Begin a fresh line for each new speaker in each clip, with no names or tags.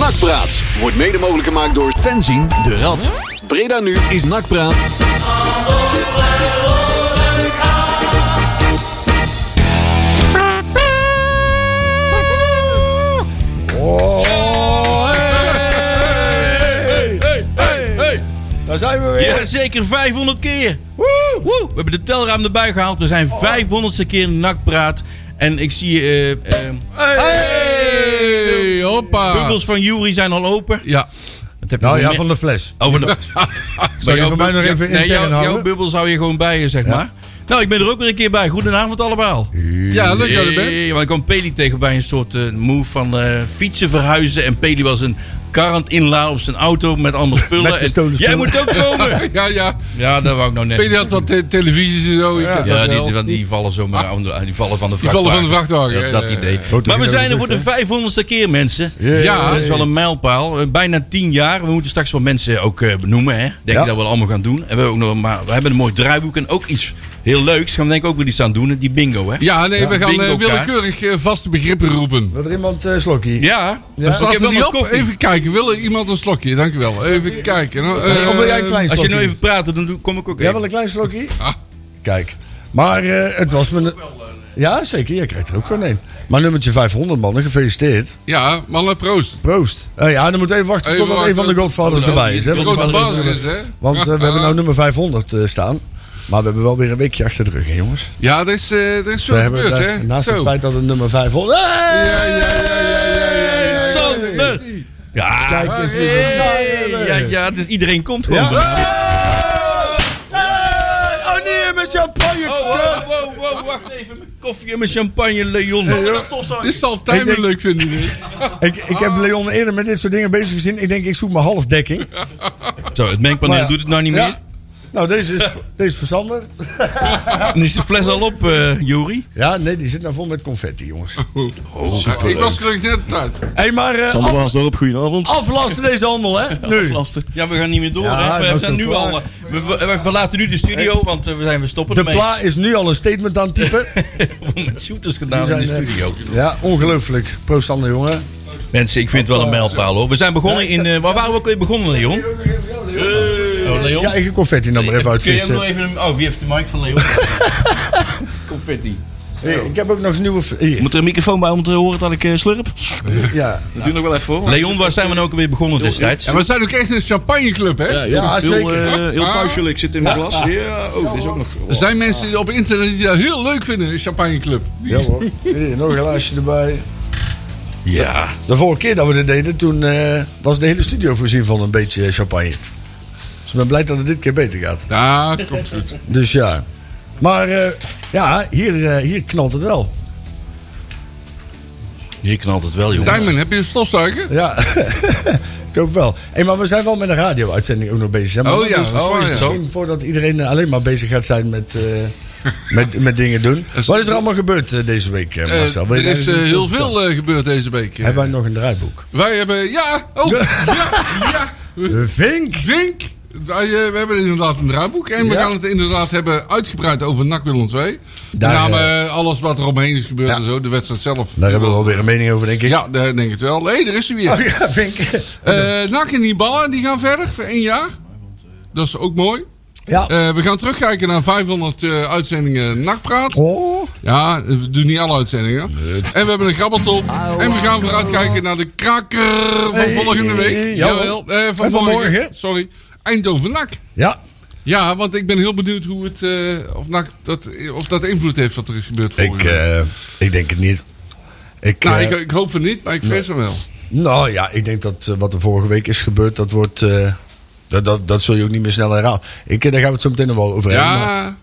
Nakpraat wordt mede mogelijk gemaakt door Fenzin de Rad. Breda nu is Nakpraat.
Hey, hey, hey, hey.
Daar zijn we weer.
Jazeker, 500 keer. Woe, woe. We hebben de telraam erbij gehaald. We zijn 500ste keer nakpraat. En ik zie... eh, eh,
Hey, hoppa.
bubbels van Jury zijn al open.
Ja.
Dat heb je
Nou
nog
ja,
meer-
van de fles.
Over de...
Zou je
jouw
voor mij nog
bub-
even
ja, nee,
intern
jouw,
houden?
jouw bubbel zou je gewoon bij je, zeg maar. Nou, ik ben er ook weer een keer bij. Goedenavond allemaal.
Ja, leuk dat je er bent.
Hey, want ik kwam Peli tegen bij een soort eh, move van eh, fietsen verhuizen. En Peli was een karant inla op zijn auto met allemaal spullen. En
gestolen
Jij
spullen.
moet ook komen!
Ja, ja.
ja, dat wou ik nou net.
Peter had wat te- televisies en zo. heeft dat
Ja, die,
wel.
die, die vallen zomaar onder- die vallen van de
Ah. Die vallen
vrachtwagen.
van de vrachtwagen.
Dat, dat
Ja, ja,
idee.
ja.
Wordt
Maar we
er
zijn er voor
genoeg,
de 500ste keer, mensen.
Ja.
Dat is wel een mijlpaal. Eh, Bijna 10 jaar. We moeten straks wel mensen ook eh, benoemen. Hè? Denk ik dat we dat allemaal gaan doen. En we, hebben ook nog, een ma- we hebben een mooi draaiboek en ook iets heel leuks. Gaan we denk ik ook weer iets aan doen. Die bingo, hè?
Ja, nee, we gaan eh,
bingo-kaart.
willekeurig eh, vaste begrippen roepen.
Wil er iemand eh, slokje?
Ja. Dus
Er
Ik heb
staat er
wel
niet
nog
op.
koffie.
Even kijken. Wil er iemand een slokje? Dankjewel. Even kijken. hoor. Eh,
of wil jij een klein slokje?
Als je nou even praat, dan doe- kom ik ook
Jij
even.
wil een klein slokje?
Ah.
Kijk. Maar eh, het was me... Ja, zeker. Jij krijgt er ook gewoon een. Maar nummertje 500, mannen. Gefeliciteerd.
Ja, mannen, proost.
Proost. Eh, ja, dan moeten we even wachten
Even
totdat een
wachten
van de
tot-
Godfathers
tot-
erbij is. Hè?
eh, de
Want-
grote baas er is, hè?
Want eh, we hebben nou nummer 500 eh, staan. Maar we hebben wel weer een weekje achter de rug, hè, jongens.
Ja, er is, eh, er is
We
zo
hebben
gebeurd,
daar-
hè?
naast
Zo.
het feit dat het nummer 500... Hey!
Ja, ja, ja, ja, ja, ja, ja.
Sander. Ja.
Kijk eens wie we
Hey,
vandaag
ja,
hebben.
ja, dus iedereen komt gewoon.
Ja.
vandaag.
Hey! Oh nee, met champagne!
Oh, wow, wow, wow, wacht even. Mijn Koffie en mijn champagne, Leon.
Dit zal Tijmen
Ik denk-
leuk vinden. dit.
Ik, ik heb Leon eerder met dit soort dingen bezig gezien. Ik denk, ik zoek mijn halfdekking.
Zo, het mengpaneel
Maar ja.
doet het nou niet meer.
Ja. Nou, deze is, deze is voor Sander.
Dan is de fles al op, eh Juri.
Ja, nee, die zit nou vol met confetti, jongens.
Ja, ik was gelukkig net op tijd.
Hé, hey, maar eh, af-
Sander Waasdorp, goedenavond.
aflasten deze handel, hè? Nu.
Aflasten.
Ja, we gaan niet meer door.
Ja,
hè. We,
dat is
zijn
ook
nu
waar.
al, eh, we, we- we verlaten nu de studio, want eh, we, zijn, we stoppen
De
ermee.
pla is nu al een statement aan het typen.
met shooters gedaan in de
zijn, eh,
studio.
Ja, ongelooflijk. Proost, Sander, jongen.
Mensen, ik vind het wel een mijlpaal hoor. We zijn begonnen in. eh, waar waren we ook weer begonnen, Leon? Eh, oh, Leon?
Ja, ik heb confetti nou maar even
Kun je hem nog
uitvissen.
even. Oh, wie heeft de mic van Leon? Confetti.
Hey, ik heb ook nog een nieuwe... v- Hier.
Moet er een microfoon bij om te horen dat ik eh, slurp?
Ja,
Dat doe nog wel even hoor.
Leon, waar zijn we nou ook weer begonnen destijds?
En we zijn ook echt een champagneclub, hè?
Ja, heel,
Ja,
heel,
zeker.
eh, heel puiselijk zit in mijn glas. Ja, oh, dit is ook nog...
Er zijn mensen die op internet die dat heel leuk vinden, een champagneclub.
ja hoor. Hier, nog een glaasje erbij.
Ja.
De vorige keer dat we dit deden, toen eh, was de hele studio voorzien van een beetje champagne. Dus ik ben blij dat het dit keer beter gaat.
Ja, komt goed.
Dus ja. Maar eh, ja, hier, eh, hier knalt het wel.
Hier knalt het wel, jongen.
Tijmen, heb je een stofzuiger?
Ja, ik hoop wel. Hey, maar we zijn wel met een radio-uitzending ook nog bezig. hè? Maar
Oh
dat
ja,
is
dat is waar, ja.
misschien voordat iedereen eh, alleen maar bezig gaat zijn met, eh, met, met dingen doen.
is-
Wat is er allemaal gebeurd eh, deze week, eh,
Eh,
Marcel? Wil je
er
daar
is
eens
eh,
iets
heel
over vertellen?
veel eh, gebeurd deze week. eh.
Hebben wij nog een draaiboek?
Wij hebben... Ja! Oh! Ja! ja.
De Vink!
Vink! Wij, eh, we hebben inderdaad een draaiboek. En we
Ja.
gaan het inderdaad hebben uitgebreid over NAC Willem 2. Met
Daar,
name eh, alles wat er omheen is gebeurd
Ja.
en zo. De wedstrijd zelf.
Daar hebben we wel weer een mening over, denk ik.
Ja, daar denk ik het wel. Nee, daar is hij weer.
Oh ja, Vink.
Eh, Nak en Nibala die gaan verder voor één jaar. Dat is ook mooi.
Ja.
Eh, we gaan terugkijken naar 500 eh, uitzendingen Nakpraat.
Oh.
Ja, we doen niet alle uitzendingen. En we hebben een grabbeltop. En we gaan vooruitkijken naar de kraker van
Hey,
volgende
hey,
week. Jawel, eh, van,
En vanmorgen?
morgen, Sorry. Eindhoven Nak.
Ja,
Ja, want ik ben heel benieuwd hoe het, eh, of, NAC dat, of dat invloed heeft wat er is gebeurd vorige
ik,
week.
eh, ik denk het niet. Ik,
nou,
eh,
ik, ik hoop van niet, maar ik vrees van wel.
nou ja, ik denk dat eh, wat er vorige week is gebeurd, dat wordt. eh, dat, dat, dat zul je ook niet meer snel herhalen. Ik, eh, daar gaan we het zo meteen nog wel over hebben. maar
Ja,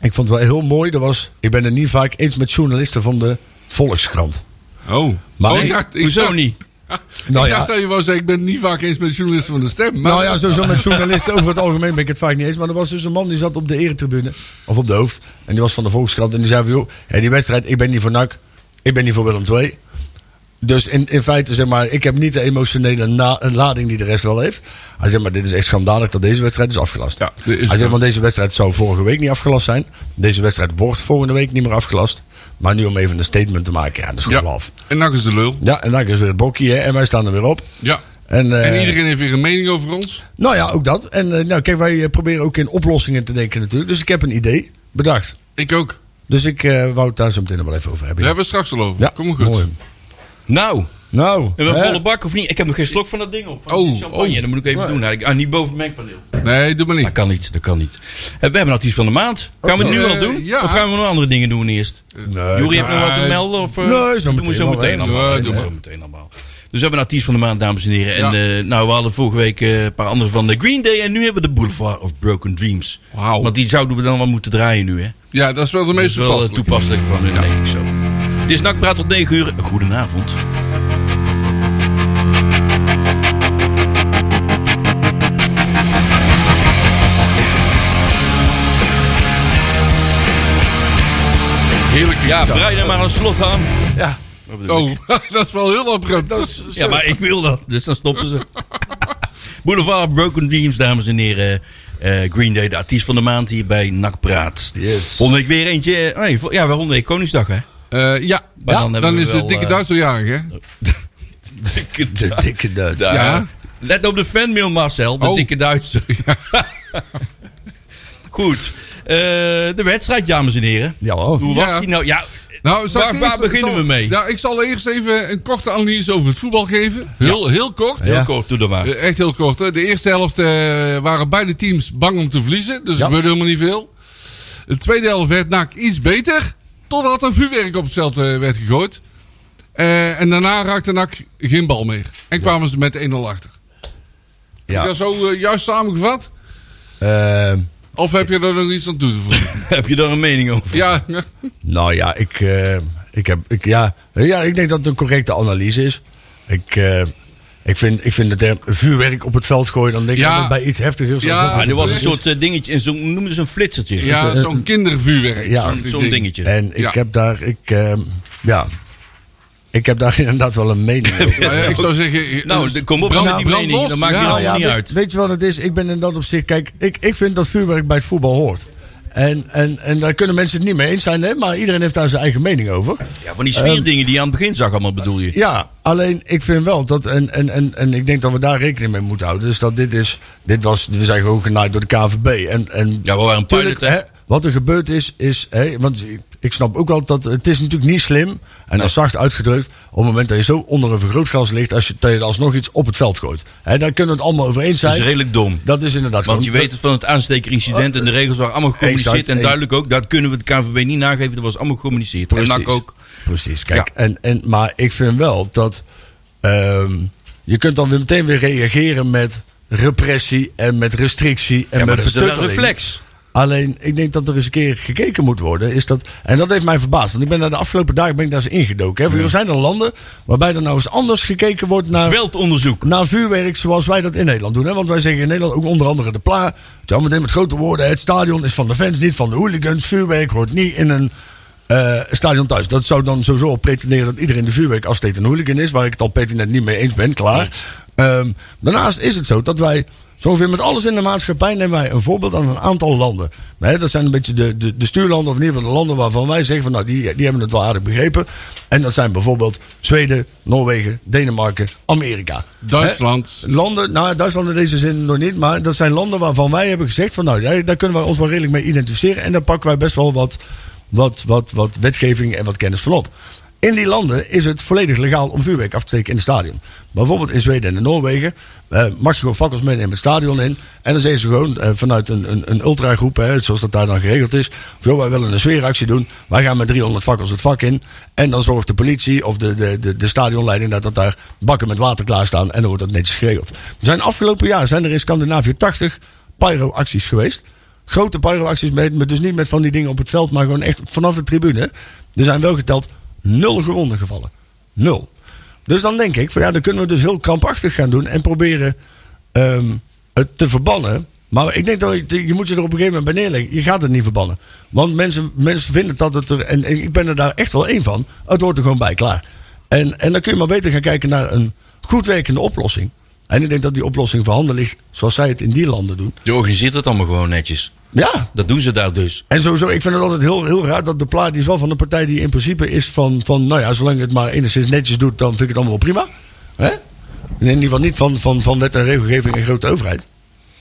Ik vond het wel heel mooi. Er was, ik ben het niet vaak eens met journalisten van de Volkskrant.
oh.
Maar
oh, ik
ik-
dacht, ik
Hoezo
dacht-
niet?
Nou
ik
ja.
dacht dat je wou zeggen, ik ben het niet vaak eens met de journalisten van de stem. Maar
Nou ja, sowieso met journalisten over het algemeen ben ik het vaak niet eens. Maar er was dus een man die zat op de eretribune, of op de hoofd. En die was van de Volkskrant. En die zei van, joh, hè, die wedstrijd, ik ben niet voor NAC. Ik ben niet voor Willem II. Dus in, in feite, zeg maar, ik heb niet de emotionele na- lading die de rest wel heeft. Hij zegt, maar dit is echt schandalig dat deze wedstrijd is afgelast.
Ja, dit is
Hij
zo.
zegt, want deze wedstrijd zou vorige week niet afgelast zijn. Deze wedstrijd wordt volgende week niet meer afgelast. Maar nu om even een statement te maken, ja, dat is
Ja.
gewoon af.
En Nak is de lul.
Ja, en dan is weer het bokkie, hè, en wij staan er weer op.
Ja.
En, eh,
En iedereen heeft weer een mening over ons.
Nou ja, ook dat. En eh, nou, kijk, wij eh, proberen ook in oplossingen te denken natuurlijk. Dus ik heb een idee bedacht.
Ik ook.
Dus ik eh, wou het daar zo meteen nog wel even over hebben.
Daar hebben we het straks al over. Kom maar goed.
mooi.
Nou,
Nou,
hebben we
hè?
volle bak of niet? Ik heb nog geen slok van dat ding op. Van die
Oh,
champagne.
oh.
Dat moet ik even doen. eigenlijk. Ah, niet boven het mengpaneel.
Nee, doe maar
Dat
niet.
kan niet, dat kan niet. Eh, We hebben nog iets van de maand. Gaan we het nu
Eh,
al doen?
ja.
Of gaan we nog andere dingen doen eerst?
Nee,
Jury, heb je nog wat te
nee.
melden? Of, eh,
Eh, Nee, zo
doen we
meteen
zo
wel,
meteen
hè.
allemaal.
Ja,
Ja,
doe
doen we
maar.
zo meteen allemaal. Dus we hebben een artiest van de maand, dames en heren. En
Ja.
eh, nou, we hadden vorige week eh, een paar andere van de Green Day. En nu hebben we de Boulevard of Broken Dreams.
Wauw.
Want die zouden we dan wel moeten draaien nu, hè?
Ja, dat is wel de
Dat is
meest
wel eh, toepasselijk
toepasselijke.
van hun, denk ik zo. Het is Nakpraat tot 9 uur. Goedenavond.
Heerlijke
Ja,
gitaar.
breid er maar een slot aan.
Ja.
Wat bedoel ik?
Oh, dat is wel heel abrupt.
Ja, maar ik wil dat. Dus dan stoppen ze. Boulevard Broken Dreams, dames en heren. Eh, Green Day, de artiest van de maand hier bij NAC Praat.
Yes.
Volgende week weer eentje. eh, nee, vol- ja, wel volgende week Koningsdag, hè?
Eh, ja,
Maar dan
dan,
hebben we
is de
wel,
dikke
eh,
Duitser jarig, hè?
Dikke
De dikke Duits.
Ja.
Ja.
Let op de fanmail, Marcel. De
Oh.
dikke Duitser. Goed. Eh, de wedstrijd, dames en heren.
Ja, hoor.
Hoe
Ja.
was die nou? Ja,
Nou, zal ik
Waar-
eerst-
waar beginnen
zal-
we mee?
Ja, ik zal eerst even een korte analyse over het voetbal geven. Heel, heel kort.
heel
Ja.
kort, doe dat maar.
Eh, Echt heel kort. Hè. De eerste helft eh, waren beide teams bang om te verliezen. Dus
Ja.
er gebeurde helemaal niet veel. De tweede helft werd NAC iets beter. Totdat er vuurwerk op het veld eh, werd gegooid. Eh, en daarna raakte NAC geen bal meer. En kwamen ze met 1-0 achter.
Ja.
Heb je dat zo eh, juist samengevat?
Ehm,
Of heb je er nog iets aan toe te voegen?
Heb je daar een mening over?
ja,
nou ja, ik, eh, ik, heb, ik, ja, ja, ik denk dat het een correcte analyse is. Ik, eh, ik, vind, ik vind de term vuurwerk op het veld gooien, dan denk ik
Ja.
altijd bij iets heftigers.
Ja.
alsof het
Ah, er was een
Is-
soort eh, dingetje, en zo, noemen ze een flitsertje.
ja zo'n kindervuurwerk.
Ja,
zo'n
eh, Zo'n
ding.
dingetje.
En ik
Ja.
heb daar, ik, ehm, ja, ik heb daar inderdaad wel een mening over.
Nou ja, ik zou zeggen...
Nou,
eh,
kom op
brand-
met die
brand
mening,
los.
dan maak je
Ja.
nou-
Nou ja,
niet
weet,
uit.
weet je wat het is? Ik ben in dat opzicht, kijk, ik, ik vind dat vuurwerk bij het voetbal hoort. En, en, en daar kunnen mensen het niet mee eens zijn, hè? maar iedereen heeft daar zijn eigen mening over.
Ja, van die sfeerdingen die je aan het begin zag allemaal bedoel je?
Ja, alleen ik vind wel dat, en, en, en, en ik denk dat we daar rekening mee moeten houden. Dus dat dit is, dit was, we zijn gewoon genaaid door de KVB. En, en
Ja, we waren een pilot,
Tuurlijk,
hè?
hè, wat er gebeurd is, is hè, want ik snap ook wel dat het is natuurlijk niet slim. En dat is zacht uitgedrukt. Op het moment dat je zo onder een vergrootglas ligt, als je, dat je er alsnog iets op het veld gooit. Hè, daar kunnen we het allemaal over eens
Dat
zijn.
is redelijk dom.
Dat is inderdaad
Want je
gewoon-
weet het van het aanstekerincident en de regels waren allemaal gecommuniceerd.
Exact.
En duidelijk ook, dat kunnen we de KNVB niet nageven. Dat was allemaal gecommuniceerd. En NAC ook.
Precies, kijk.
Ja.
En, en, maar ik vind wel dat ehm, je kunt dan weer meteen weer reageren met repressie en met restrictie en
Ja, maar
met
dat is een
betutteling.
reflex.
Alleen, ik denk dat er eens een keer gekeken moet worden. Is dat, en dat heeft mij verbaasd. Want ik ben daar de afgelopen dagen ben ik daar eens ingedoken. Hè. Van, joh, zijn er landen waarbij er nou eens anders gekeken wordt naar
Veldonderzoek.
naar vuurwerk zoals wij dat in Nederland doen. Hè? Want wij zeggen in Nederland ook onder andere de pla. Het is allemaal meteen met grote woorden. Het stadion is van de fans, niet van de hooligans. Vuurwerk hoort niet in een eh, stadion thuis. Dat zou dan sowieso al pretenderen dat iedereen de vuurwerk afsteekt een hooligan is. Waar ik het al pertinent niet mee eens ben, klaar. Ehm, daarnaast is het zo dat wij... Zo ongeveer met alles in de maatschappij nemen wij een voorbeeld aan een aantal landen. Hè, dat zijn een beetje de, de, de stuurlanden, of in ieder geval de landen waarvan wij zeggen van nou die, die hebben het wel aardig begrepen. En dat zijn bijvoorbeeld Zweden, Noorwegen, Denemarken, Amerika.
Duitsland.
Hè? Landen, nou Duitsland in deze zin nog niet, maar dat zijn landen waarvan wij hebben gezegd van nou daar, daar kunnen wij ons wel redelijk mee identificeren. En daar pakken wij best wel wat, wat, wat, wat wetgeving en wat kennis van op. In die landen is het volledig legaal om vuurwerk af te steken in het stadion. Bijvoorbeeld in Zweden en in Noorwegen eh, mag je gewoon fakkels meenemen het stadion in. En dan zeggen ze gewoon eh, vanuit een, een, een ultragroep, hè, zoals dat daar dan geregeld is. Zo, wij willen een sfeeractie doen. Wij gaan met 300 fakkels het vak in. En dan zorgt de politie of de, de, de, de stadionleiding dat, dat daar bakken met water klaarstaan. En dan wordt dat netjes geregeld. Er zijn afgelopen jaar zijn er in Scandinavië 80 pyro-acties geweest. Grote pyro-acties, met, met dus niet met van die dingen op het veld, maar gewoon echt vanaf de tribune. Er zijn wel geteld nul gewonden gevallen. Nul. Dus dan denk ik, van ja, dan kunnen we dus heel krampachtig gaan doen en proberen ehm, het te verbannen. Maar ik denk dat je, je moet je er op een gegeven moment bij neerleggen. Je gaat het niet verbannen. Want mensen, mensen vinden dat het er, en, en ik ben er daar echt wel één van, het hoort er gewoon bij, klaar. En, en dan kun je maar beter gaan kijken naar een goed werkende oplossing. En ik denk dat die oplossing voorhanden ligt zoals zij het in die landen doen.
Je organiseert het allemaal gewoon netjes.
Ja,
Dat doen ze daar dus.
en sowieso, ik vind het altijd heel, heel raar dat de plaat die is wel van een partij die in principe is van, van nou ja, zolang het maar enigszins netjes doet, dan vind ik het allemaal wel prima. Hè? In ieder geval niet van, van, van wet en regelgeving en grote overheid.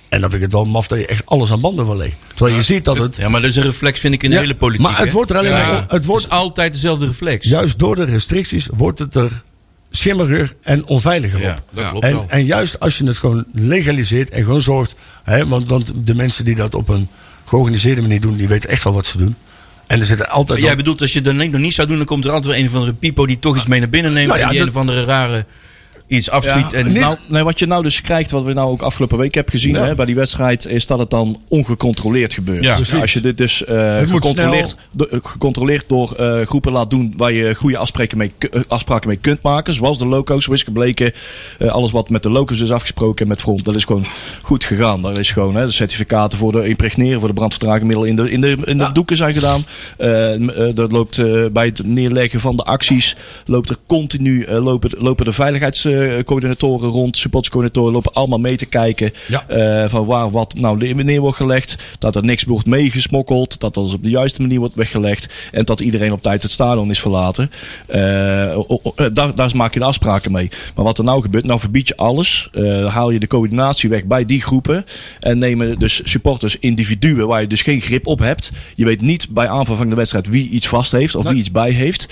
En dan vind ik het wel maf dat je echt alles aan banden wil leggen. Terwijl je ziet dat het...
Ja, maar dat is een reflex, vind ik, in
Ja,
de hele politiek.
Maar het
hè?
wordt er alleen
Ja.
maar... Het
Het
wordt,
is altijd dezelfde reflex.
juist door de restricties wordt het er schimmeriger en onveiliger
Ja,
op.
dat
Ja.
klopt
En,
wel.
en juist als je het gewoon legaliseert en gewoon zorgt. Hè, want, want de mensen die dat op een georganiseerde manier doen, die weten echt wel wat ze doen. En er zitten altijd.
Jij bedoelt, als je dat nog niet zou doen, dan komt er altijd wel een of andere pipo die toch iets mee naar binnen neemt.
Nou ja,
en die
dat-
een of andere rare iets afschiet. en,
niet-
nou,
Nou,
nee, wat je nou dus krijgt, wat we nou ook afgelopen week hebben gezien
Ja.
hè, bij die wedstrijd, is dat het dan ongecontroleerd gebeurt.
Ja,
Dus
precies.
als je dit dus eh,
moet
gecontroleerd,
snel.
do- eh, gecontroleerd door eh, groepen laat doen waar je goede afspraken mee, ku- eh, afspraken mee kunt maken, zoals de loco's, zo is gebleken. Eh, alles wat met de loco's is afgesproken en met front, dat is gewoon goed gegaan. Daar is gewoon hè, de certificaten voor de impregneren, voor de brandvertragingsmiddelen in de, in de, in de doeken zijn gedaan. Eh, m- eh, dat loopt eh, bij het neerleggen van de acties, loopt er continu, eh, lopen, lopen de veiligheidscoördinatoren rond, supportscoördinatoren lopen allemaal mee te kijken
Ja.
eh, van waar wat nou neer- neer wordt gelegd. Dat er niks wordt meegesmokkeld, dat alles op de juiste manier wordt weggelegd en dat iedereen op tijd het stadion is verlaten. Eh, o- o- eh, daar, daar maak je de afspraken mee. Maar wat er nou gebeurt, nou verbied je alles, eh, haal je de coördinatie weg bij die groepen en nemen dus supporters individuen waar je dus geen grip op hebt. Je weet niet bij aanvang van de wedstrijd wie iets vast heeft of wie iets bij heeft.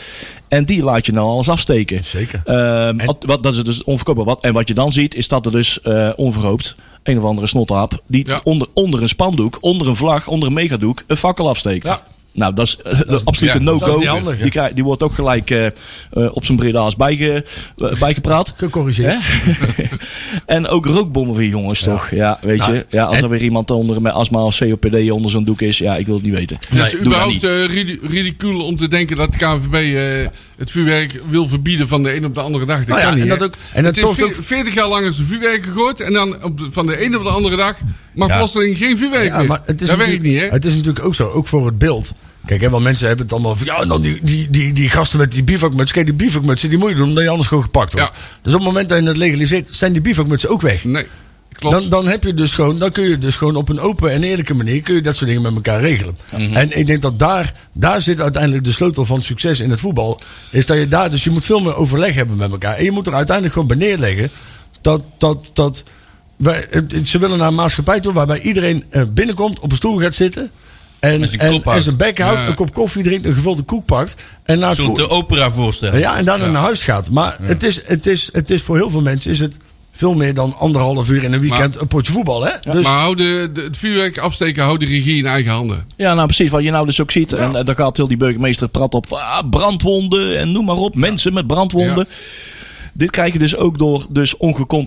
En die laat je nou alles afsteken.
Zeker.
Ehm, at- wat, dat is dus onverkoopbaar. Wat, en wat je dan ziet, is dat er dus eh, onverhoopt een of andere snottaap... die
Ja.
onder, onder een spandoek, onder een vlag, onder een megadoek... een fakkel afsteekt.
Ja.
Nou, dat is, eh, dat is absoluut
ja,
een
dat is
no-go.
niet handig,
Die, krijg- die wordt ook gelijk eh, eh, op zijn breda's bijge, eh, bijgepraat.
gecorrigeerd.
Hè? en ook rookbommen weer jongens, toch? Ja, weet
Nou,
je. Ja, als
en-
er weer iemand onder met astma of COPD onder zo'n doek is... ja, ik wil het niet weten.
Het is
Doe dat
überhaupt
niet.
eh, ridi- ridicuul om te denken dat de KNVB eh, het vuurwerk wil verbieden van de een op de andere dag. Dat
Nou ja,
kan niet.
en dat
hè.
ook- en
het
dat
is
soms
ve-
ook-
40 jaar lang is er vuurwerk gegooid en dan op de- van de een op de andere dag mag
Ja.
plotseling geen vuurwerk
Ja,
meer.
maar het is
dat werkt
natuurlijk-
niet, hè?
Het is natuurlijk ook zo, ook voor het beeld. Kijk, hè, want mensen hebben het allemaal van, ja, en dan die, die, die, die gasten met die bivakmutsen. Kijk, die bivakmutsen, die moet je doen, omdat je anders gewoon gepakt wordt.
Ja.
Dus op het moment dat je het legaliseert, zijn die bivakmutsen ook weg.
Nee, klopt.
Dan, dan, heb je dus gewoon, dan kun je dus gewoon op een open en eerlijke manier kun je dat soort dingen met elkaar regelen.
Mhm.
En ik denk dat daar, daar zit uiteindelijk de sleutel van succes in het voetbal. Is dat je daar, dus je moet veel meer overleg hebben met elkaar. En je moet er uiteindelijk gewoon bij neerleggen dat. dat, dat wij, het- het- ze willen naar een maatschappij toe waarbij iedereen eh, binnenkomt, op een stoel gaat zitten. En,
En zijn
en,
kop houdt.
en zijn bek houdt,
Ja.
een kop koffie drinkt, een gevulde koek pakt. En naar het
zo'n
voet-
te opera voorstellen.
ja, en daarna naar huis gaat. Maar het, is, het, is, het is voor heel veel mensen is het veel meer dan anderhalf uur in een weekend een potje voetbal. Hè? dus,
maar hou de, de- het vuurwerk afsteken, hou de regie in eigen handen.
Ja, nou precies, wat je nou dus ook ziet. En eh, dan gaat heel die burgemeester prat op van, ah, brandwonden en noem maar op. Mensen met brandwonden. Dit krijg je dus ook door dus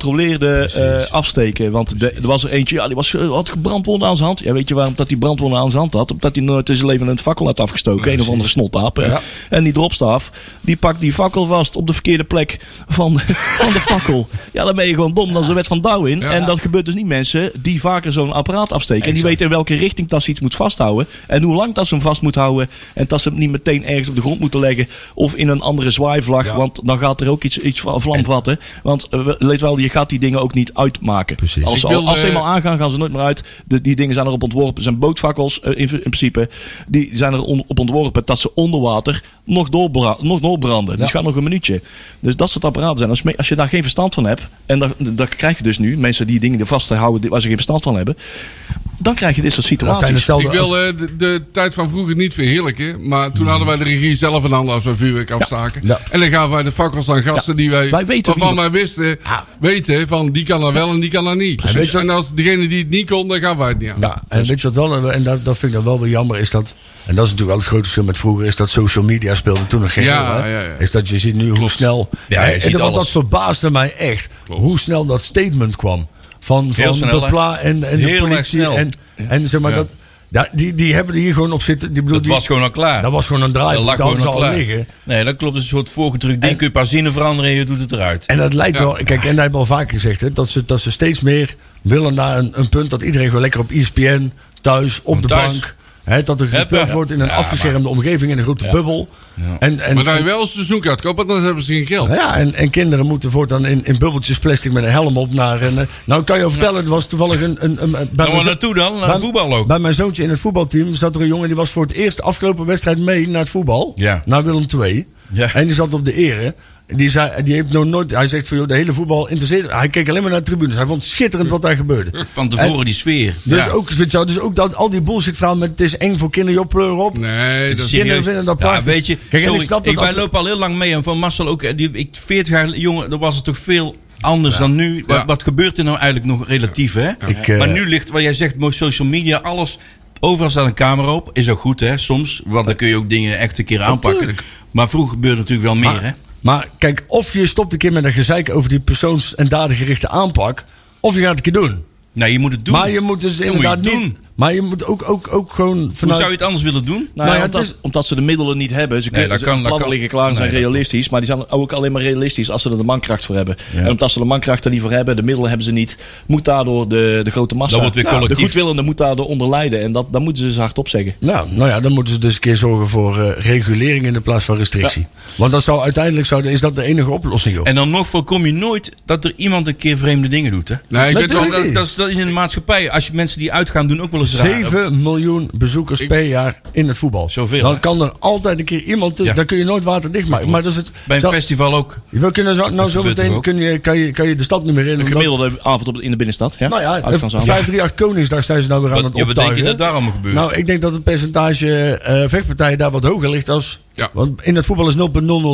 ongecontroleerde eh, afsteken. Want de- er was er eentje, ja, die was, eh, had brandwonden aan zijn hand. Ja, weet je waarom dat die brandwonden aan zijn hand had? Omdat hij nooit in zijn leven een fakkel had afgestoken. een of andere snottaap. hè.
Ja.
En die dropstaaf, die pakt die fakkel vast op de verkeerde plek van, van de fakkel. Ja, dan ben je gewoon dom. Dat is de wet van Darwin.
Ja.
En dat gebeurt dus niet mensen die vaker zo'n apparaat afsteken. En die weten in welke richting dat ze iets moet vasthouden. En hoe lang dat ze hem vast moet houden. En dat ze hem niet meteen ergens op de grond moeten leggen. Of in een andere zwaaivlag. Want dan gaat er ook iets, iets van vlam vatten. Want eh, weet wel, je gaat die dingen ook niet uitmaken.
Precies.
Als, ze
Ik wil,
al- als ze
eh,
eenmaal aangaan, gaan ze nooit meer uit. De, die dingen zijn erop ontworpen. Er zijn bootvakkels eh, in, in principe. Die zijn er on- op ontworpen dat ze onder water nog, doorbra- nog doorbranden. Dus gaat nog een minuutje. Dus dat soort apparaten zijn. Als, me- als je daar geen verstand van hebt. En dat, dat krijg je dus nu. Mensen die dingen er vast houden die- waar ze geen verstand van hebben. Dan krijg je dit soort
dat zijn
situaties.
hetzelfde
Ik wil
als-
eh, de, de tijd van vroeger niet verheerlijken, maar toen hadden wij de regie zelf in handen als we vuurwerk afstaken.
Ja.
En dan gaven wij de fakkels aan gasten die wij,
Wij weten
waarvan
wie-
wij wisten,
Ja.
weten van die kan dat wel en die kan dat niet.
En weet je wat-
En als degene die het niet kon, dan gaan wij het niet aan.
ja, en weet je wat wel, eh, en dat, dat vind ik dan wel weer jammer, is dat, en dat is natuurlijk wel het grote verschil met vroeger, is dat social media speelde toen nog geen
Ja,
rol, hè.
ja, ja.
Is dat je ziet nu hoe
Klopt.
snel,
Ja, je
en,
ziet
want
alles.
dat verbaasde mij echt,
Klopt.
hoe snel dat statement kwam. Van,
Heel
van
snel,
de
hè?
pla en, en
Heel
de
erg
politie
snel.
en, en zeg maar
Ja.
dat, ja, die, die hebben er hier gewoon op zitten, die bedoel,
Dat
die,
was gewoon al klaar.
dat was gewoon een draai,
Dat lag
dat
gewoon
hadden ze
al
al
klaar.
liggen.
Nee, dat klopt. Het is een soort voorgedrukt ding. Kun je een paar zinnen veranderen en je doet het eruit.
En dat lijkt
Ja.
wel, kijk, en dat hebben we al vaker gezegd, hè, dat, ze, dat E ze steeds meer willen naar een, een punt dat iedereen gewoon lekker op ESPN, thuis, op
Gewoon
de
thuis.
bank. Hè, dat er gespeeld wordt in een afgeschermde omgeving, in een grote bubbel. En, en,
Maar dan je wel een seizoenkaart koopt, want dan hebben ze geen geld.
ja, en, en kinderen moeten voortaan in, in bubbeltjes plastic met een helm op naar. En, eh, nou, ik kan je wel vertellen, er was toevallig een. een, een- bij mijn
Nou, waar
zo-
naartoe dan? Naar
bij-
de voetbal ook.
Bij mijn zoontje in het voetbalteam zat er een jongen die was voor het eerst de afgelopen wedstrijd mee naar het voetbal.
Ja.
Naar Willem II.
Ja.
En die zat op de ere. Die, zei, die heeft nog nooit. Hij zegt van joh, de hele voetbal interesseert. Hij keek alleen maar naar de tribunes. Hij vond het schitterend wat daar gebeurde.
Van tevoren die sfeer.
Dus
Ja.
ook, weet je wel, dus ook dat, al die bullshit verhaal met het is eng voor kinderen, joh, pleur op.
Nee, dat is
kinderen
Serieus.
vinden dat
ja,
prachtig.
weet je,
Kijk, en
sorry,
ik snap
ik,
dat als
wij
we-
lopen al heel lang mee en van Marcel ook. eh, Die, ik, 40 jaar jongen, dan was het toch veel anders dan nu. Wat,
Ja.
wat gebeurt er nou eigenlijk nog relatief, hè?
Ik, eh,
maar nu ligt, wat jij zegt, mo- social media, alles. Overal staat een camera op. Is ook goed, hè, soms. Want dan kun je ook dingen echt een keer aanpakken.
tuurlijk.
Maar vroeger gebeurde natuurlijk wel meer, hè?
Maar, maar kijk, of je stopt een keer met een gezeik over die persoons- en dadengerichte aanpak, of je gaat het een keer doen.
Nou, je moet het doen.
Maar je moet dus
Dan moet je
inderdaad
het doen.
niet. Maar je moet ook, ook, ook gewoon
Hoe
vanuit.
zou je het anders willen doen?
Nou,
Nou ja,
ja, omdat,
het is-
omdat ze de middelen niet hebben. Ze
Nee,
kunnen,
dat
ze-
kan, dat
plannen
kan.
liggen klaar en zijn
Nee, dat
realistisch. Maar die zijn ook alleen maar realistisch als ze er de mankracht voor hebben.
Ja.
En omdat ze de mankracht er niet voor hebben, de middelen hebben ze niet, moet daardoor de, de grote massa.
Dan wordt weer
Ja, de
collectief.
goedwillende moet daardoor onder lijden. En dat, dat moeten ze dus hardop zeggen.
Nou, nou ja, dan moeten ze dus een keer zorgen voor eh, regulering in de plaats van restrictie. Want dat zou uiteindelijk zou, is dat de enige oplossing. Joh.
En dan nog voorkom je nooit dat er iemand een keer vreemde dingen doet, hè?
Nee, ik weet wel.
Natuurlijk.
Dat, dat, is, dat is in de maatschappij. Als je mensen die uitgaan doen ook wel eens raar.
7 miljoen bezoekers per jaar in het voetbal.
Zoveel,
Dan
hè?
kan er altijd een keer iemand.
Ja.
Dan kun je nooit waterdicht maken. Maar dat is het.
Bij een
zo-
festival ook.
we kunnen zo, nou zo
gebeurt toch
meteen
ook?
kun je, kan, je, kan je de stad niet meer in.
Een
omdat-
gemiddelde avond op, de- in de binnenstad. Ja?
nou ja,
Uit van zijn hand.
538 Koningsdag zijn ze nou weer aan
Wat,
het
ja, wat denk je
optuigen.
dat daar allemaal gebeurt?
Nou, ik denk dat het percentage eh, vechtpartijen daar wat hoger ligt als.
Ja.
Want in het voetbal is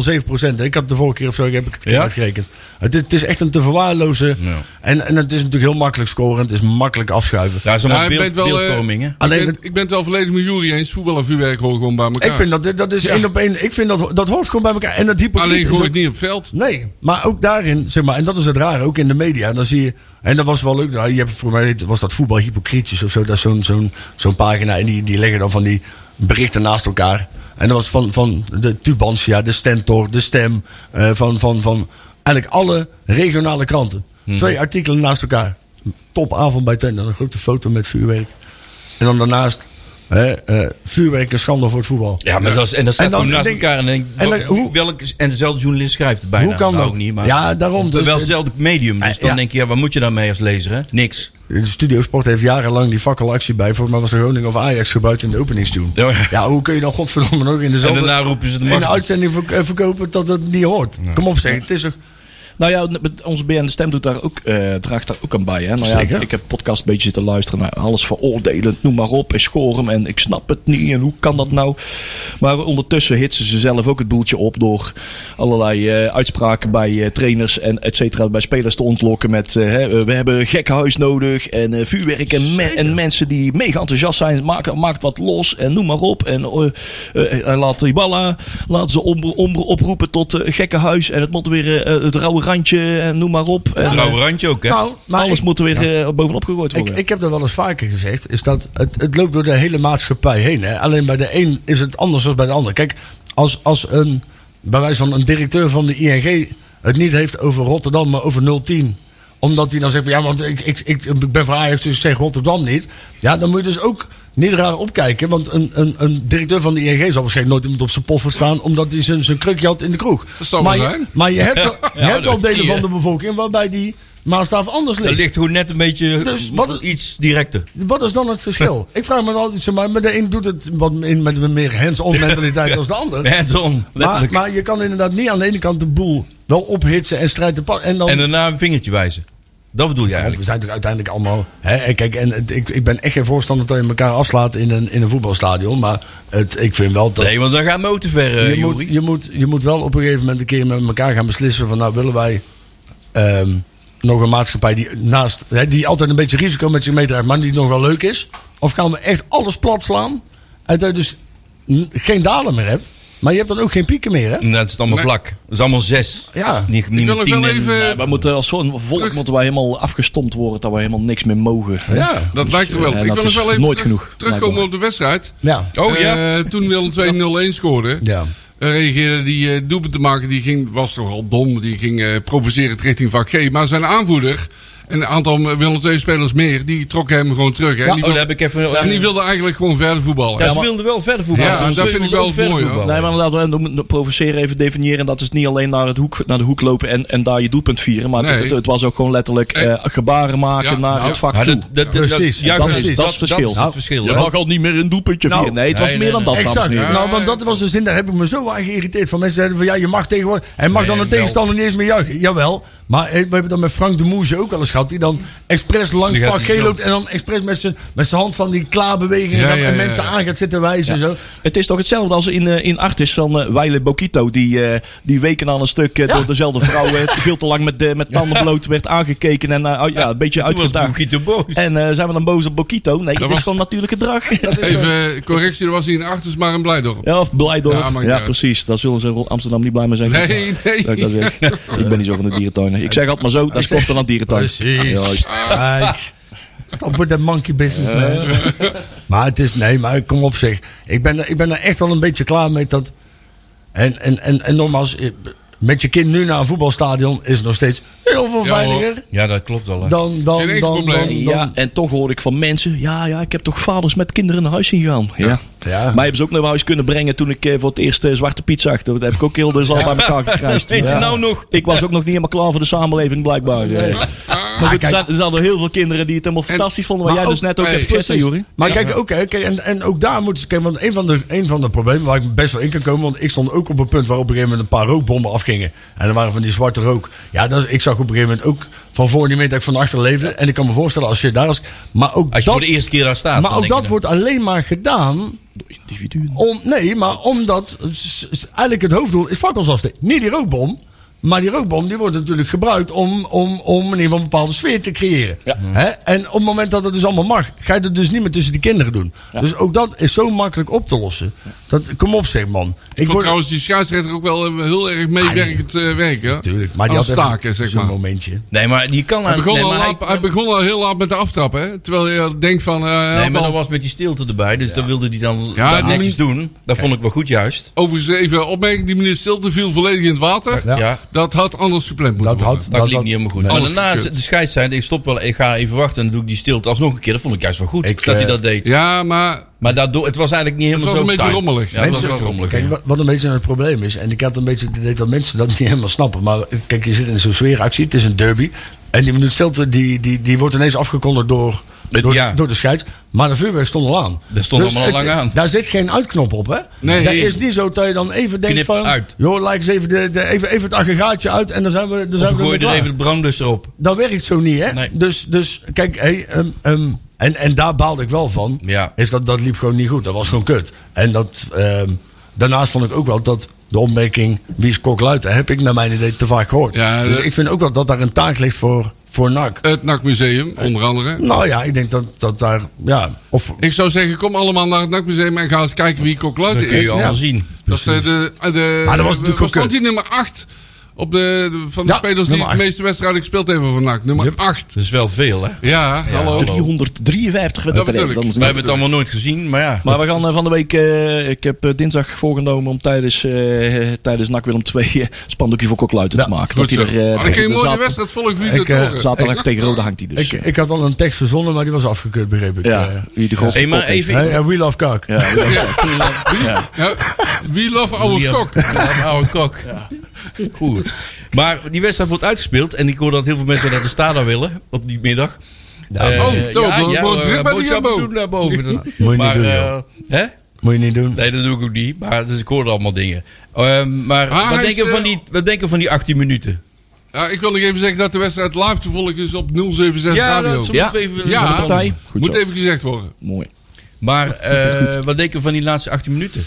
0,007 Ik had de vorige keer of zo heb ik het
Ja?
uitgerekend. Het, is- het is echt een te verwaarlozen. En, en het is natuurlijk heel makkelijk scoren. Het is makkelijk afschuiven.
daar is
Ja,
allemaal
ik
beeld,
ben wel, eh,
beeldvorming, hè?
Alleen
ik, ben,
het-
ik ben het wel volledig met Jury eens. Voetbal en vuurwerk horen gewoon bij elkaar.
Ik vind dat, dat is één op één. Ik vind dat, dat hoort gewoon bij elkaar. En dat hypocriet
Alleen
is
gooi
ook-
ik niet op het veld.
Nee, maar ook daarin, zeg maar, en dat is het rare, ook in de media. Dan zie je, en dat was wel leuk, nou, je hebt, voor mij was dat voetbal hypocrietjes of zo, dat is zo'n zo'n zo'n pagina en die, die leggen dan van die berichten naast elkaar. En dat was van, van de Tubantia, de Stentor, de Stem, eh, van, van, van eigenlijk alle regionale kranten.
Hmm.
Twee artikelen naast elkaar. Topavond bij Twente, dan een grote foto met vuurwerk. En dan daarnaast, hè, eh, vuurwerk een schande voor het voetbal.
Ja, maar dat is, en dat staat
En dan
gewoon naast
denk-
elkaar. En, denk,
en dan-
wa-
hoe-
welk, en dezelfde journalist schrijft het bijna.
Hoe kan
Nou,
dat?
Ook niet, maar
Ja, daarom, dus-
wel hetzelfde medium. Dus
Eh,
dan
ja.
denk je, ja, wat moet je daarmee als lezer, hè? Niks.
De Studio Sport heeft jarenlang die fakkelactie bij. Volgens mij was er Groningen of Ajax gebruikt in de openingstune.
Ja.
Ja, hoe kun je dan godverdomme ook in
En
dezelfde...
daarna roepen ze de
in de
macht.
uitzending verk- eh, verkopen dat het niet hoort. Kom op zeg, het is toch...
Nou ja, met onze BN De Stem doet daar ook, eh, draagt daar ook aan bij. Hè? Nou ja,
Zeker.
Ik heb podcast een beetje zitten luisteren. Nou, alles veroordelend, noem maar op. En schorem en ik snap het niet. En hoe kan dat nou? Maar ondertussen hitsen ze zelf ook het boeltje op... door allerlei eh, uitspraken bij eh, trainers en et cetera... bij spelers te ontlokken met... eh, hè, we hebben gekkenhuis nodig en eh, vuurwerk... En, me- en mensen die mega enthousiast zijn, maken, maakt wat los en noem maar op. En eh, eh, eh, laat die ballen, laat ze om, om- oproepen tot eh, gekkenhuis... en het moet weer eh, het rauwe randje en noem maar op. En, eh,
Trouwe randje ook, hè?
Nou, maar
alles
ik,
moet er weer eh, bovenop gegooid
ik,
worden.
ik heb dat wel eens vaker gezegd. Is dat het, het loopt door de hele maatschappij heen. Hè? Alleen bij de een is het anders dan bij de ander. Kijk, als, als een, bij wijze van een directeur van de ING het niet heeft over Rotterdam, maar over 010 omdat hij dan zegt, van, ja, want ik, ik, ik, ik ben van Ajax, dus ik zeg Rotterdam niet. Ja, dan moet je dus ook niet raar opkijken. Want een, een, een directeur van de ING zal waarschijnlijk nooit iemand op zijn poffer staan... omdat hij zijn, zijn krukje had in de kroeg.
Dat zou
maar,
wel
je,
zijn.
maar je hebt, al- je
Ja,
hebt al
dat-
delen
die,
van
hè.
de bevolking waarbij die maatstaf anders
dat
ligt.
ligt gewoon net een beetje
Dus
dus,
wat-
iets directer.
Wat is dan het verschil? ik vraag me dan altijd, zeg maar, maar de een doet het wat in, met een meer hands-on mentaliteit dan de ander.
Hands-on,
Maar,
letterlijk.
maar je kan inderdaad niet aan de ene kant de boel wel ophitsen en strijd te pa- En dan,
en daarna een vingertje wijzen. Dat bedoel je
Want we
eigenlijk.
zijn natuurlijk uiteindelijk allemaal. Hè, en kijk, en het- ik, ik ben echt geen voorstander dat je elkaar afslaat in een, in een voetbalstadion. Maar het, ik vind wel dat.
Nee, want dan gaan we ook te ver, eh,
je, moet,
Joeri.
je, moet, je moet wel op een gegeven moment een keer met elkaar gaan beslissen van nou willen wij ehm, nog een maatschappij die naast hè, die altijd een beetje risico met zich meedraagt, maar die nog wel leuk is. Of gaan we echt alles plat slaan en dat je dus n- geen dalen meer hebt, maar je hebt dan ook geen pieken meer hè?
En dat is Nou, het allemaal
Maar-
vlak. Dat is allemaal zes.
Ja.
Niet,
Ik
niet
wil nog
tien
wel
en-
even...
Ja, wij moeten als vo- volk moeten wij helemaal afgestompt worden dat wij helemaal niks meer mogen. hè?
Ja.
dat
Dus,
lijkt er wel.
eh,
ik wil
dat
nog
is
wel even
nooit
terug-
genoeg, lijkt
terugkomen
me.
op de wedstrijd.
Ja.
Oh ja.
Eh, toen Willem 2-0-1 scoorde,
Ja.
eh, reageerde die eh doelpunt te maken. Die ging, was toch al dom. Die ging eh provocerend richting vak G. Maar zijn aanvoerder En een aantal Willem II-spelers meer, die trokken hem gewoon terug. Hè?
Ja,
en, die
oh, daar
wil-
heb ik even...
en die wilde eigenlijk gewoon verder voetballen.
Ja, ze wilden wel verder voetballen.
Ja,
Ze
dat vind
wilden
ik wel
verder
mooi, hoor.
voetballen.
Nee, maar inderdaad, en om te provoceren even definiëren. En dat is niet alleen naar, het hoek, naar de hoek lopen en, en daar je doelpunt vieren. Maar het-
Nee.
het, het was ook gewoon letterlijk
En-
eh, gebaren maken
Ja,
naar
nou,
het vak
Ja,
toe.
dat, dat,
Ja, precies.
precies. Dat,
Dat is-
precies.
dat is het verschil.
Dat is het verschil.
je
hè?
mag al niet meer een doelpuntje
Nou,
vieren. Nee, het was
nee,
meer dan
nee,
dat,
nee.
dames en
Exact.
heren.
Nou, want dat was de zin. Daar heb ik me zo aan geïrriteerd. Van mensen zeiden van ja, je mag tegenwoordig. Hij mag dan de
Nee,
tegenstander niet eens meer juichen. Jawel. Maar eh, we hebben dat met Frank de Moesje ook wel eens gehad. Die dan expres langs
Die gaat
vak
die
G loopt. En dan expres met zijn, met zijn hand van die klaarbewegingen.
Ja,
en
ja, ja,
mensen
ja.
aan gaat zitten wijzen. en Zo.
Het is toch hetzelfde als in, eh, in Artis van eh Weile Bokito. Die, eh, die weken aan een stuk eh, door dezelfde vrouw eh, veel te lang met, eh, met tanden bloot werd aangekeken. En eh, ja, een beetje
Toen was
uitgedaagd.
Boekie te boos.
En eh, zijn we dan boos op Bokito? Nee, het is
was-
gewoon natuurlijk gedrag.
Even eh, correctie, er was hier in Achters maar een Blijdorp.
Ja, of Blijdorp.
Ja,
Ja,
maakt niet uit.
precies. Daar zullen ze in Amsterdam niet blij mee zijn.
Nee, nee.
Dat ik, dat zeg. ik ben niet zo van de dierentuin. Ik zeg altijd maar zo, dat is korter dan dierentuin. Ah, Juist.
Ah, Kijk. Stop with that monkey business, man.
Eh.
maar het is... Nee, maar kom op zeg. Ik ben, er- ik ben er echt wel een beetje klaar mee dat... En, en, en, en nogmaals... eh, Met je kind nu naar een voetbalstadion is het nog steeds heel veel
Ja, hoor.
veiliger
Ja, dat klopt wel. hè.
dan, dan,
Geen
dan,
enkel
dan,
probleem.
dan-
Ja, en toch hoor ik van mensen, ja, ja, ik heb toch vaders met kinderen naar huis zien gaan. Ja.
Ja.
Mij hebben ze ook naar mijn huis kunnen brengen toen ik eh, voor het eerst eh, Zwarte Piet zag. Dat heb ik ook heel de zal bij elkaar gekruist.
Weet je nou nog?
Ik was ook nog niet helemaal klaar voor de samenleving, blijkbaar. eh. Maar goed, er zijn- er zijn er heel veel kinderen die het helemaal fantastisch vonden. Wat
Ah, maar
jij dus
ook-
net ook
nee,
hebt gezegd, eh, hè,
precies.
Joeri.
Maar kijk, ook, hè, kijk en, en ook daar moet je. Kijk, want een van, de, een van de problemen waar ik best wel in kan komen. Want ik stond ook op een punt waar op een gegeven moment een paar rookbommen afgingen. En er waren van die zwarte rook. Ja, dat, is- ik zag op een gegeven moment ook van voor niet meer dat ik van achter leefde. En ik kan me voorstellen als je daar als. Maar ook
Als je
dat,
voor de eerste keer daar staat.
maar
dan
ook
denk
dat
je
wordt alleen maar gedaan.
Individuen.
Om, nee, maar omdat. s- s- Eigenlijk het hoofddoel is fakkels afsteken. Niet die rookbom. Maar die rookbom die wordt natuurlijk gebruikt om, om, om in ieder geval een bepaalde sfeer te creëren.
Mhm.
Hè? En op het moment dat het dus allemaal mag, ga je het dus niet meer tussen die kinderen doen. Dus ook dat is zo makkelijk op te lossen. Dat, kom op zeg man.
Ik vond trouwens die scheidsrechter ook wel eh, heel erg meewerkend eh, werken. hè.
Tuurlijk, maar die
Aan
had even
staken, zeg
zo'n
maar.
momentje.
Nee, maar die kan
Hij
aan-
begon,
nee,
al
maar
laat- hij begon al heel laat met de aftrap, hè? Terwijl je denkt van... eh, hij
Nee,
had
maar
al-
dan was met die stilte erbij. Dus dan wilde hij dan
Ja,
dat
die-
netjes doen. Dat vond ik wel goed juist.
Overigens even opmerking, die meneer Stilte viel volledig in het water.
Ja.
Ja.
Dat had anders gepland moeten
Dat had.
worden.
Dat
had-
klinkt niet helemaal goed. Maar
Alles
daarna
gekut.
de scheids zei, ik stop wel, ik ga even wachten en dan doe ik die stilte alsnog een keer. Dat vond ik juist wel goed,
Ik,
dat hij
eh,
dat deed.
Ja, maar
Maar daardoor, het was eigenlijk niet helemaal
was
zo
een beetje
timed.
rommelig.
Ja, het was
Mensen-
wel rommelig.
Kijk,
ja.
wa- wat een beetje het probleem is, en ik had een beetje het idee dat mensen dat niet helemaal snappen. Maar eh, kijk, je zit in zo'n sfeeractie, het is een derby. En die minuut stilte, die, die, die wordt ineens afgekondigd door,
Eh,
door,
ja.
door de scheids. Maar de vuurwerk stond al aan. Dus
Dat stond allemaal al
het-
lang aan.
Daar zit geen uitknop op, hè?
Nee.
Dat is niet zo dat je dan even denkt
Knip
van...
uit.
Joh, laat eens even, de, de, even, even het aggregaatje uit en dan zijn we, dan
Of
zijn we er weer
gooi je er
klaar
even de brandlust erop.
dat werkt zo niet, hè?
Nee.
Dus, dus kijk, hey, ehm, ehm, en, en daar baalde ik wel van.
Ja.
Is dat, dat liep gewoon niet goed. Dat was gewoon kut. En dat, ehm, daarnaast vond ik ook wel dat de opmerking wie is kok luiten, heb ik naar mijn idee te vaak gehoord.
Ja,
dus
dat-
ik vind ook wel dat daar een taak ligt voor, voor NAC.
het NAC Museum, onder andere.
Nou ja, ik denk dat, dat daar, ja, of
Ik zou zeggen, kom allemaal naar het NAC Museum en ga eens kijken wie Kok Luiten
Dat kun
is.
je allemaal zien.
Dat is eh, de, eh, de,
Maar dat was natuurlijk
waar
ook
stond
kut.
die nummer 8 op de, de- van de
Ja,
spelers die
nummer
de
acht.
meeste wedstrijden gespeeld hebben van NAC. Nummer
Yep.
8.
Dat is wel veel, hè.
Ja, hallo.
353
bedoel
wedstrijden.
ik.
Dat is
We
niet-
hebben het allemaal nooit gezien, maar ja.
Maar we gaan eh, van de week. eh, ik heb eh, dinsdag voorgenomen om tijdens, eh tijdens NAC Willem 2 eh, spandoekje voor Kokluiten te maken.
Goed zo.
hij er, eh,
Maar dan kun je
er
mooi de
zat-
wedstrijd volgen wie de
Ik, eh,
toren.
Zaterdag tegen Rode hangt hij dus.
ik, ik had al een tekst verzonnen, maar die was afgekeurd, begreep ik.
ja,
Eh,
wie de grootste
Hey, maar
kop heeft.
even-
hey, eh, we love kak.
Ja, wie- ja.
Ja, we love our
Ja.
kok.
Ja, oude kok. Goed. Maar die wedstrijd wordt uitgespeeld. En ik hoor dat heel veel mensen naar de Stada willen. Op die middag. Eh,
oh, daar wordt- wordt druk
eh,
bij de
boodschappen
Jumbo.
doen naar boven.
je niet
maar,
doen,
eh,
joh.
hè?
Moet je niet doen.
Nee, dat doe ik ook niet. Maar dus ik hoorde allemaal dingen. Ehm, maar
Maar
wat
hij
denken,
is,
we van
eh,
die, wat denken we van die 18 minuten?
Ja, ik wil nog even zeggen dat de wedstrijd live te volgen is op 076
Ja,
Radio.
dat
Ja.
moeten we even...
Ja.
dat-
Partij. Goed
Moet
zo.
even gezegd worden.
Mooi.
Maar eh, wat denken we van die laatste 18 minuten?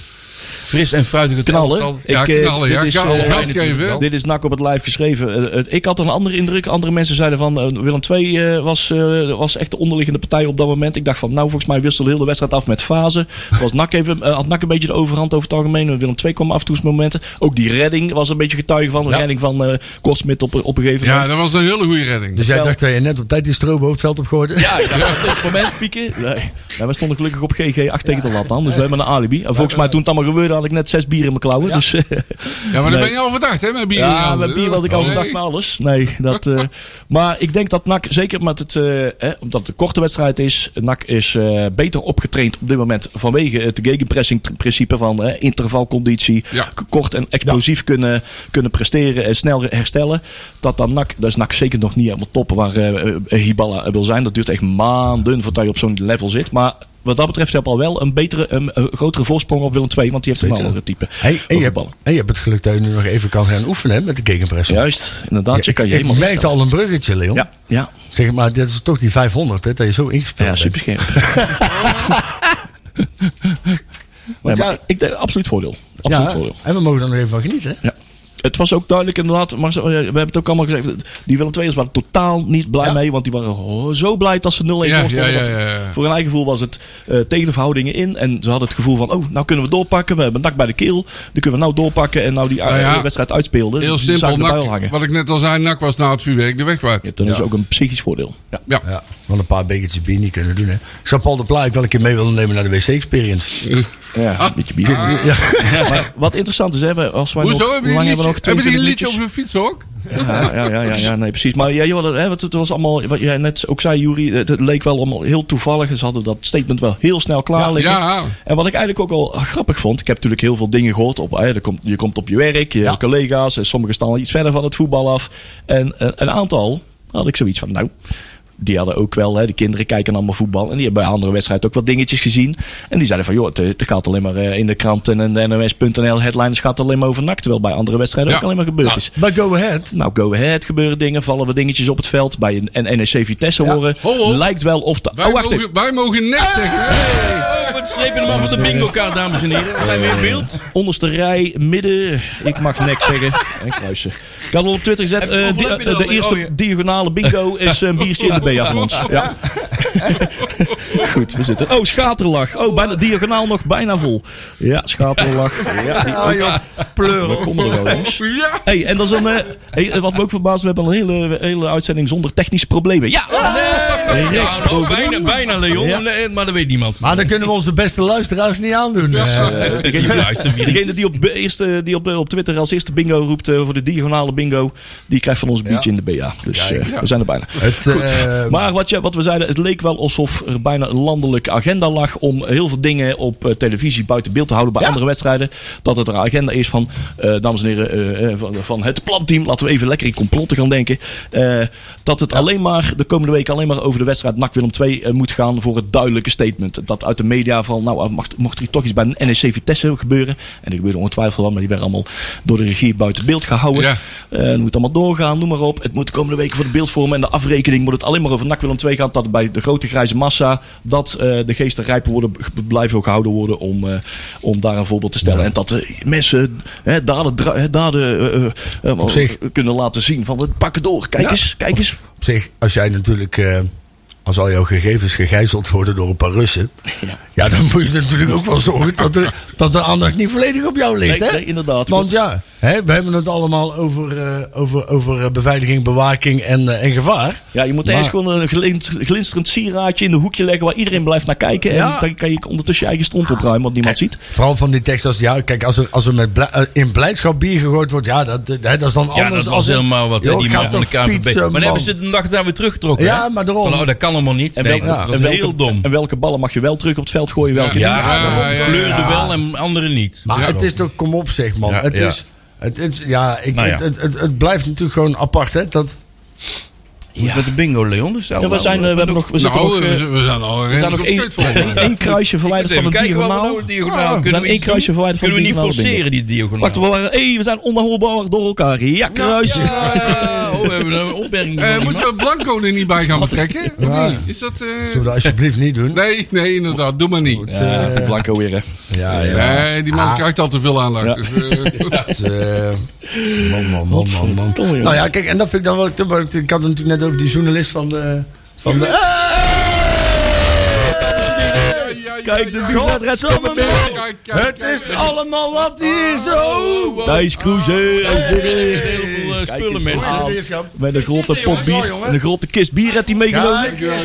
Fris en fruitig het elftal.
Knallen.
Ja,
Ik, eh,
knallen, ja.
dit is,
Knallen,
eh,
gas
dit-
geven.
Dit is nak op het live geschreven. Eh, het- ik had een andere indruk. Andere mensen zeiden van eh, Willem II eh, was, eh, was echt de onderliggende partij op dat moment. Ik dacht van nou volgens mij wisselde heel de wedstrijd af met fase. Was NAC even, eh, had NAC een beetje de overhand over het algemeen. Willem II kwam af en toe eens momenten. Ook die redding was een beetje getuige van. De
Ja.
redding van eh Korsmit op, op een gegeven
Ja,
moment.
dat was een hele goede redding.
Dus jij
Wel-
dacht dat je net op tijd die strobo het veld op gooide?
Ja, ik dacht, op dit moment pieken. Nee. Nou, we stonden gelukkig op GG 8 tegen de lat dan. Dus we hebben een alibi. En volgens mij toen het allemaal gebeurde had ik net zes bier in mijn klauwen. Dus,
Ja, maar dan
Nee.
ben je Oh, overdacht, hè? Met bier.
ja, met bier was ik al gedacht met alles. Nee, dat, eh, maar ik denk dat NAC, zeker met het, eh, hè, omdat het een korte wedstrijd is... NAC is eh, beter opgetraind op dit moment vanwege het gegenpressing-principe van eh, intervalconditie.
Ja.
k- Kort en explosief kunnen, kunnen presteren en snel herstellen. Dat dan NAC, dat is NAC zeker nog niet helemaal top waar eh, eh, Hiballa wil zijn. Dat duurt echt maanden voordat je op zo'n level zit. Maar... Wat dat betreft heb je al wel een betere, een, een grotere voorsprong op Willem II, want die heeft een andere type.
Hey, en, je hebt,
voetballen.
en je hebt het geluk dat je nu nog even kan gaan oefenen hè, met de gegenpress.
Juist, inderdaad. Je kan je
ik
helemaal
merkte
herstellen.
al een bruggetje, Leon.
Ja, ja.
Zeg maar, dit is toch die 500, hè, dat je zo ingespeeld
Ja, super scherp.
ja-
nee, maar ik denk absoluut voordeel.
bent.
Absoluut
Ja,
voordeel.
En we mogen er nog even van genieten, hè?
Ja. Het was ook duidelijk inderdaad, Marcel, eh, we hebben het ook allemaal gezegd, die Willem II'ers waren totaal niet blij
Ja.
mee, want die waren ho- zo blij dat ze 0-1
Ja,
voor stonden.
ja,
want
ja, ja.
Voor hun eigen gevoel was het eh, tegen de verhoudingen in en ze hadden het gevoel van, oh, nou kunnen we doorpakken, we hebben een dak bij de keel, die kunnen we nou doorpakken en nou die eh,
Nou ja,
wedstrijd uitspeelden.
Heel
die zagen
simpel,
erbij
nak-
al hangen.
wat ik net al zei, nak was na het vuurwerk de weg kwijt.
Ja, dan is ook een psychisch voordeel. Ja.
Ja.
Ja, want een paar bekertjes bier niet kunnen doen, hè? Ik zou Paul de Plaat wel een keer mee willen nemen naar de wc-experience.
Ja, een beetje bier. Maar Ah. wat interessant is, hè, we- als wij nog,
Hoezo hebben
hoe
die
lang
een
hebben we
liedje,
nog?
hebben die een
22
liedje
liedjes?
op hun fiets ook?
Ja, ja, ja, ja, ja, nee, precies. Maar ja, joh, dat, hè, wat, het was allemaal, wat jij net ook zei, Juri, het, het leek wel allemaal heel toevallig. Ze hadden dat statement wel heel snel klaar liggen.
Ja,
En wat ik eigenlijk ook al grappig vond, ik heb natuurlijk heel veel dingen gehoord. Op, hè, er komt, je komt op je werk, je collega's, en sommigen staan al iets verder van het voetbal af. En eh, een aantal had ik zoiets van, nou, die hadden ook wel, hè, de kinderen kijken allemaal voetbal. En die hebben bij andere wedstrijden ook wat dingetjes gezien. En die zeiden van, joh, het, eh, het gaat alleen maar eh, in de kranten en de NOS.nl headlines gaat alleen maar over NAC. Terwijl bij andere wedstrijden
Ja.
ook alleen maar gebeurd is.
Maar go ahead.
Nou, go ahead gebeuren dingen, vallen we dingetjes op het veld. Bij een en NEC Vitesse horen.
Ho, ho.
Lijkt wel of de.
wij,
oh, wacht even. Ah,
mogen, wij mogen net zeggen.
Oh, wat strepen hem af van de bingo kaart, dames en heren. We zijn weer in beeld.
Onderste rij, midden. Ik mag nek zeggen. En kruisen. Ik had al op Twitter gezet. eh,
hoeveel
di-
heb je er
de
al?
eerste
Oh, ja.
diagonale bingo is eh, een biertje in de BA van ons. Ja. Goed, we zitten. Oh, schaterlach. Oh, bijna, diagonaal nog bijna vol. Ja, schaterlach. Ja, die,
Ah,
Oh,
joh,
we
pleur.
komen er wel, jongens.
Ja.
Hey, en dat is een, eh, hey, wat me ook verbaast, we hebben een hele, hele uitzending zonder technische problemen. Ja! Eh, Rechts
Ja, oh,
boven.
bijna, bijna, Leon.
Ja.
Nee, Maar dat weet niemand.
Maar dan kunnen we onze beste luisteraars niet aandoen. eh.
Die luistert hier
Degene
niet.
die, op, be- eerste, die op, eh, op Twitter als eerste bingo roept eh, voor de diagonale bingo, die krijgt van ons een biertje in de BA. Dus eh, we zijn er bijna.
Het,
Goed.
eh,
maar wat, je, wat we zeiden, het leek wel alsof er bijna een landelijke agenda lag om heel veel dingen op eh, televisie buiten beeld te houden bij andere wedstrijden. Dat het er een agenda is van, eh, dames en heren, eh, eh, van, van het planteam, laten we even lekker in complotten gaan denken. Eh, dat het alleen maar de komende week alleen maar over de wedstrijd NAC Willem 2 moet gaan voor het duidelijke statement. Dat uit de media van, nou, eh, mag, mocht er hier toch iets bij een NEC Vitesse gebeuren. En er gebeurde ongetwijfeld wel, maar die werden allemaal door de regie buiten beeld gehouden.
Ja.
Eh, het moet allemaal doorgaan, noem maar op. Het moet de komende weken voor de beeldvormen en de afrekening moet het alleen maar over NAC Willem 2 gaan. Dat het bij de grote grijze massa, dat eh, de geesten rijper worden, b- blijven ook gehouden worden om, eh, om daar een voorbeeld te stellen. En dat de mensen hè, daden, dra- hè, daden eh, eh, eh,
zich.
kunnen laten zien van we pakken door. Kijk
Ja.
eens, kijk eens.
Op zich, als jij natuurlijk, eh, als al jouw gegevens gegijzeld worden door een paar Russen, ja, dan moet je natuurlijk ook wel zorgen dat de, dat de aandacht niet volledig op jou ligt.
Nee,
hè?
nee, inderdaad.
Want ja, hè, we hebben het allemaal over, eh, over, over eh, beveiliging, bewaking en, eh, en gevaar.
Ja, je moet
Maar-
eerst gewoon een glint- glinsterend sieraadje in een hoekje leggen waar iedereen blijft naar kijken.
Ja.
En dan kan je ondertussen je eigen stront opruimen, want niemand ziet.
Vooral van die tekst als, ja, kijk, als er, als er met blij- eh, in blijdschap bier gegooid wordt, ja, dat, eh, hè, dat is dan anders.
Ja, dat
als
was
in-
helemaal wat. hè,
Joh,
die
ga
man van de
toch
KVB.
fietsen,
maar dan
man.
hebben ze de dag daar weer teruggetrokken.
Ja,
hè?
maar daarom.
Van, oh, dat kan allemaal niet.
En
Nee,
welke-
dat
en
was
welke-
heel dom.
En welke ballen mag je wel terug op het veld gooien, welke
Ja.
niet?
Ja,
ja, ja.
kleurde wel en anderen niet.
Maar
Ja.
het is toch, kom op zeg man.
Ja,
het,
ja.
Is, het is, ja, ik,
Nou ja.
Het, het, het, het blijft natuurlijk gewoon apart, hè. Dat,
Hoe is het met de bingo, Leon? Dus
Ja, we, zijn, eh, we, hebben nog, we zitten
nou,
nog, eh,
we zijn- we zijn al
we zijn
redelijk
nog
op
één,
scheut volgens mij.
één kruisje verwijderd van
Even
een
kijken waar we
diagonaal. Ah,
nou het diagonaal
we zijn
kunnen. we
één
iets
kruisje
doen?
verwijderd van
Kunnen we
de
niet
diagonale
forceren, die diagonaal?
Wacht, we, waren, hey, we zijn onhoorbaar door elkaar. Nou, Ja, kruis.
Ja, oh, we hebben een opmerking.
Eh,
van
moeten we Blanco er niet bij gaan betrekken? Of
Ja.
niet? Is dat... eh,
Zullen we dat alsjeblieft niet doen?
Nee, nee, inderdaad. Doe maar niet.
Ja, die Blanco weer, hè.
Ja, ja. Ah.
Nee, die man krijgt al te veel aandacht.
Ja.
Dus, eh,
Het, eh, man, man, man, man, man.
Godverdomme, jongens.
Nou ja, kijk, en dat vind ik dan wel... want Ik had het natuurlijk net over die journalist van de... Van de
Kijk, de buurtwedstrijd van mijn
Kijk, kijk, kijk,
het
kijk.
is allemaal wat hier zo...
Thijs Kroeze.
een heleboel eh,
Kijk
spullen,
eens
mensen.
aan. Met een grote pot bier. En een grote kist bier had hij meegenomen.
Kijk eens.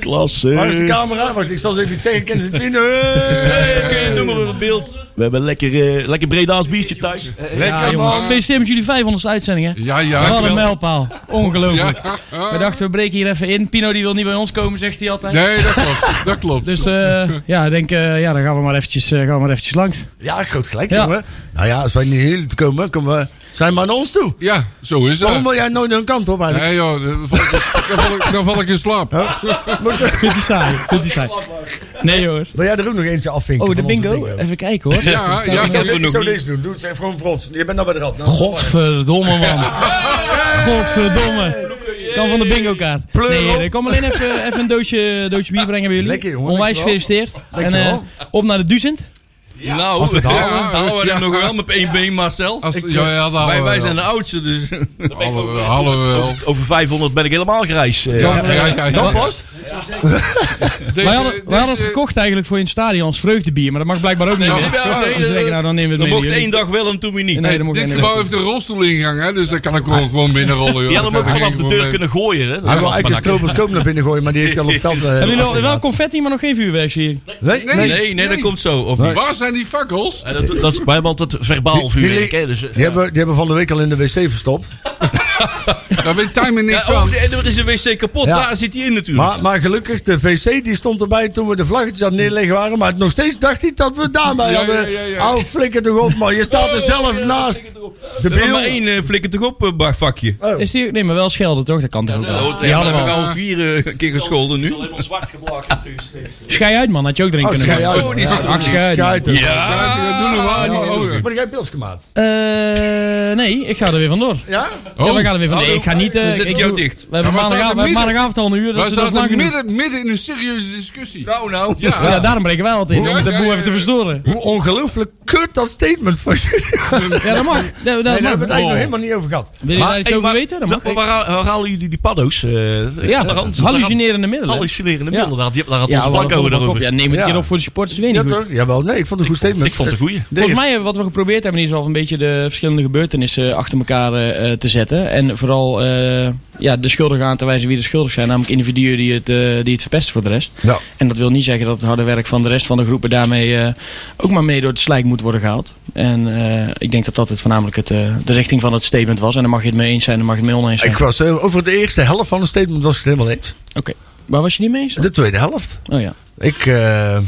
Klasse.
Waar is de camera? Wacht, ik zal eens even iets zeggen. Kunnen ze het zien? Hey.
eh,
Hey, kun je het noemen op het beeld?
We hebben lekker, eh, lekker breda's biertje thuis.
Lekker,
Ja, jongens. Gefeliciteerd met jullie 500 uitzendingen.
Ja, ja.
Wat een
wel.
mijlpaal. Ongelooflijk.
Ja, ja.
We dachten, we breken hier even in. Pino die wil niet bij ons komen, zegt hij altijd.
Nee, dat klopt. Dat klopt.
Dus eh, ja, ik denk, eh, ja, dan gaan we maar eventjes, eh, gaan we maar eventjes langs.
Ja, groot gelijk,
Ja.
jongen. Nou ja, als wij niet hier komen, komen we, zijn maar naar ons toe.
ja, zo is
Waarom
dat.
wil jij nooit hun kant op eigenlijk?
Nee joh, dan val ik, dan val ik, dan val ik in slaap.
Vindt hij saai? Vindt hij saai? Nee, hoor.
Wil jij er ook nog eentje afvinken?
Oh, de
van onze
bingo?
bingo?
Even kijken, hoor.
Ja, ja,
Ik
ja,
zou,
hebben we
dit- ik
nog
zou
niet.
deze doen. Doe het even gewoon frots. Je bent nou bij de rad. Nou,
Godverdomme, man. Godverdomme. Kan van de bingo kaart. Nee, ik kwam alleen even, even een doosje, doosje bier brengen bij jullie.
Lekker, jongen,
Onwijs
dankjewel.
gefeliciteerd. En
Dankjewel.
eh, op naar de duizend.
Nou,
Als we het halen.
ja, houden we
Ja.
hem nog wel met één been, Marcel.
Als- ja, ja,
Nou,
wij,
dat houden
wij
eh,
we
zijn de
wel.
oudste, dus...
Hallo, hallo wel.
Over 500 ben ik helemaal grijs. eh.
Ja, ja, ja. ja.
pas?
Deze-
Wij hadden, wij hadden het
deze-
gekocht eigenlijk voor in het stadion als vreugdebier, maar dat mag blijkbaar ook niet
Nee,
meer.
nee, nee,
Dus
nee,
ik, nou, dan nemen we
Dan
het mee.
mocht
jullie.
één dag wel en toen weer niet.
Nee, dan mocht
Dit
één
gebouw
dag.
heeft een rolstoelingang, hè, dus daar kan ik gewoon, gewoon binnenrollen. Joh.
Je had hem ook
Daar
vanaf
ging
de
ik
deur
gewoon
kunnen gooien. Hè?
Hij wil eigenlijk een stroboscoop naar binnen gooien, maar die heeft hij al op het veld. eh,
Hebben jullie al,
achtergelaten.
wel confetti, maar nog geen vuurwerk zie ik.
Nee, nee.
Nee, nee, dat
Nee.
komt zo. Of
mee.
niet?
Waar zijn die fakkels?
Ja, dat, dat, wij hebben altijd verbaal vuurwerk. Hè? Dus, eh,
Die, hebben, die hebben van de week al in de wc verstopt.
Daar weet Tijmen niks
Ja, oh,
van.
en dat is een wc kapot.
Ja.
Daar zit hij in natuurlijk.
Maar, maar gelukkig, de wc die stond erbij toen we de vlaggetjes aan het neerleggen waren. Maar nog steeds dacht hij dat we daarbij
Ja,
hadden.
ja, ja, ja.
Al flikker toch op, man. Je staat er zelf naast. De
er is maar
beeld.
één eh, flikker toch op, eh, bar- vakje.
Oh.
Is die, nee, maar wel schelden toch? Dat kan toch ook wel.
Oh,
Die
ja, maar
hadden
we
we al.
hebben al vier eh, keer gescholden nu.
helemaal zwart geblakerd. dus, eh.
Schij uit man, had je ook erin
Oh,
kunnen
schei
gaan.
uit.
Oh, die zit er
Ach, schei uit. man.
Schei uit.
Ja, doe normaal.
die
die
zit er
zit
ook in.
ook.
Maar jij pils gemaakt.
Eh, nee, ik ga er weer vandoor.
Ja?
ja,
Oh,
we gaan er weer vandoor. Nee, ik ga niet... eh,
Dan zet ik jou dicht.
We hebben
Maar we
maandagav-
zaten
we hebben
midden-
maandagavond al een uur,
Wij
dus dat is
zaten
lang genoeg.
midden, midden in een serieuze discussie.
Nou, nou.
Ja,
Ja, daarom breken wij altijd in, om
Ja,
de
ja,
boel
ja,
even te
ja.
verstoren.
Hoe ongelooflijk kut dat statement van jullie. Nee,
Ja, dat mag. Dat- Dat,
daar hebben
mag.
we het eigenlijk nog helemaal niet over gehad.
Wil je
Maar-
daar iets
hey,
over
maar-
weten? Dat mag.
Waar, waar- waar halen jullie die paddo's? eh
Ja,
daar had-
hallucinerende
daar had-
middelen.
Hallucinerende
Ja.
middelen. Daar had, daar had onze
Ja, we hadden
Blanco
volgende
erover.
kop. Ja, neem het
Ja.
een keer op voor de supporters weer niet
Ja,
goed.
toch? Jawel, nee, ik vond het een goed statement.
Ik vond het een goeie.
Nee,
Volgens mij hebben we wat we geprobeerd hebben is al een beetje de verschillende gebeurtenissen achter elkaar eh, eh, te zetten. En vooral eh, ja, de schuldigen aan te wijzen wie de schuldig zijn. Namelijk individuen die het, eh, die het verpesten voor de rest.
Ja.
En dat wil niet zeggen dat het harde werk van de rest van de groepen daarmee eh, ook maar mee door het slijk moet worden gehaald. En eh, ik denk dat dat het voornamelijk het, eh, de richting van het statement was. En dan mag je het mee eens zijn, dan mag je het mee oneens zijn.
Ik was eh, over de eerste helft van het statement was ik het helemaal eens.
Oké, waar was je niet mee eens? dan?
De tweede helft.
Oh ja.
Ik, eh,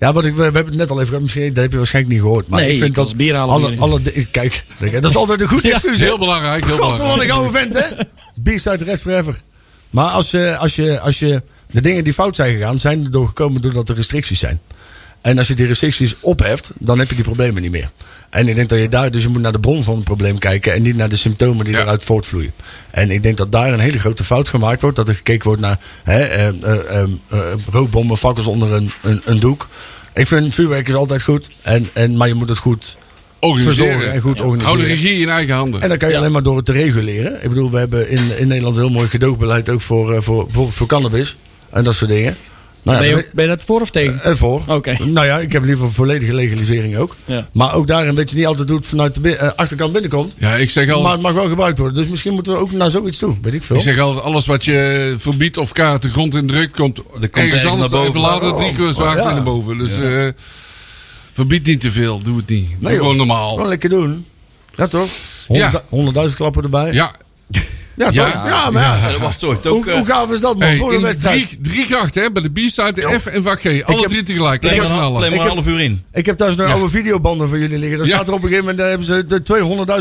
ja, wat ik, we, we hebben het net al even gehad, misschien dat heb je waarschijnlijk niet gehoord. Maar
Nee,
ik vind
ik was
dat
bier halen voor
alle,
jullie.
alle, de- Kijk, dat is altijd een goed excuus. hè?
heel belangrijk. Heel
Godverdomme, wat
belangrijk.
een oude vent, hè? Beast uit de rest forever. Maar als je, als, je, als je de dingen die fout zijn gegaan, zijn erdoor gekomen doordat er restricties zijn. En als je die restricties opheft, dan heb je die problemen niet meer. En ik denk dat je daar, dus je moet naar de bron van het probleem kijken en niet naar de symptomen die
Ja.
eruit voortvloeien. En ik denk dat daar een hele grote fout gemaakt wordt. Dat er gekeken wordt naar hè, eh, eh, eh, eh, rookbommen, fakkels onder een, een, een doek. Ik vind vuurwerk is altijd goed, en, en, maar je moet het goed verzorgen en
Organiseren.
goed
Hou de
organiseren.
regie in eigen handen.
En dan kan je
Ja.
alleen maar door het te reguleren. Ik bedoel, we hebben in, in Nederland een heel mooi gedoogbeleid ook voor, eh, voor, bijvoorbeeld voor cannabis en dat soort dingen. Nou
ben,
ja,
je,
dan-
ook- ben je dat voor of tegen?
eh, voor.
Oké.
Nou ja, ik heb liever volledige legalisering ook.
Ja.
Maar ook daarin weet je niet altijd hoe het vanuit de bin- eh, achterkant binnenkomt.
Ja, ik zeg
Maar
al.
het mag wel gebruikt worden. Dus misschien moeten we ook naar zoiets toe. Weet ik veel.
Ik zeg altijd, alles wat je verbiedt of kaart de grond in drukt, komt
komt ergens
ergens anders
naar
naar
boven.
boven. Later drie keer zwaar
Ja.
naar boven. Dus eh, verbied niet te veel, doe het niet. Doe
Nee, joh. Oh,
gewoon normaal.
Gewoon lekker doen. Ja toch? 100.000 klappen erbij.
Ja,
ja toch? Ja,
Ja.
maar ja.
Ja, dat was ooit ook...
Hoe, hoe
eh,
gaaf is dat man?
hey,
voor de
in
wedstrijd.
drie, drie grachten, hè, bij de B-side, de F en vak G. Alle
heb-
drie tegelijk.
Alleen
Lekker
maar een- alleen
knallen.
maar een half uur in.
Ik heb thuis nog oude videobanden van jullie liggen. Daar
Ja.
staat er op een gegeven moment daar hebben ze de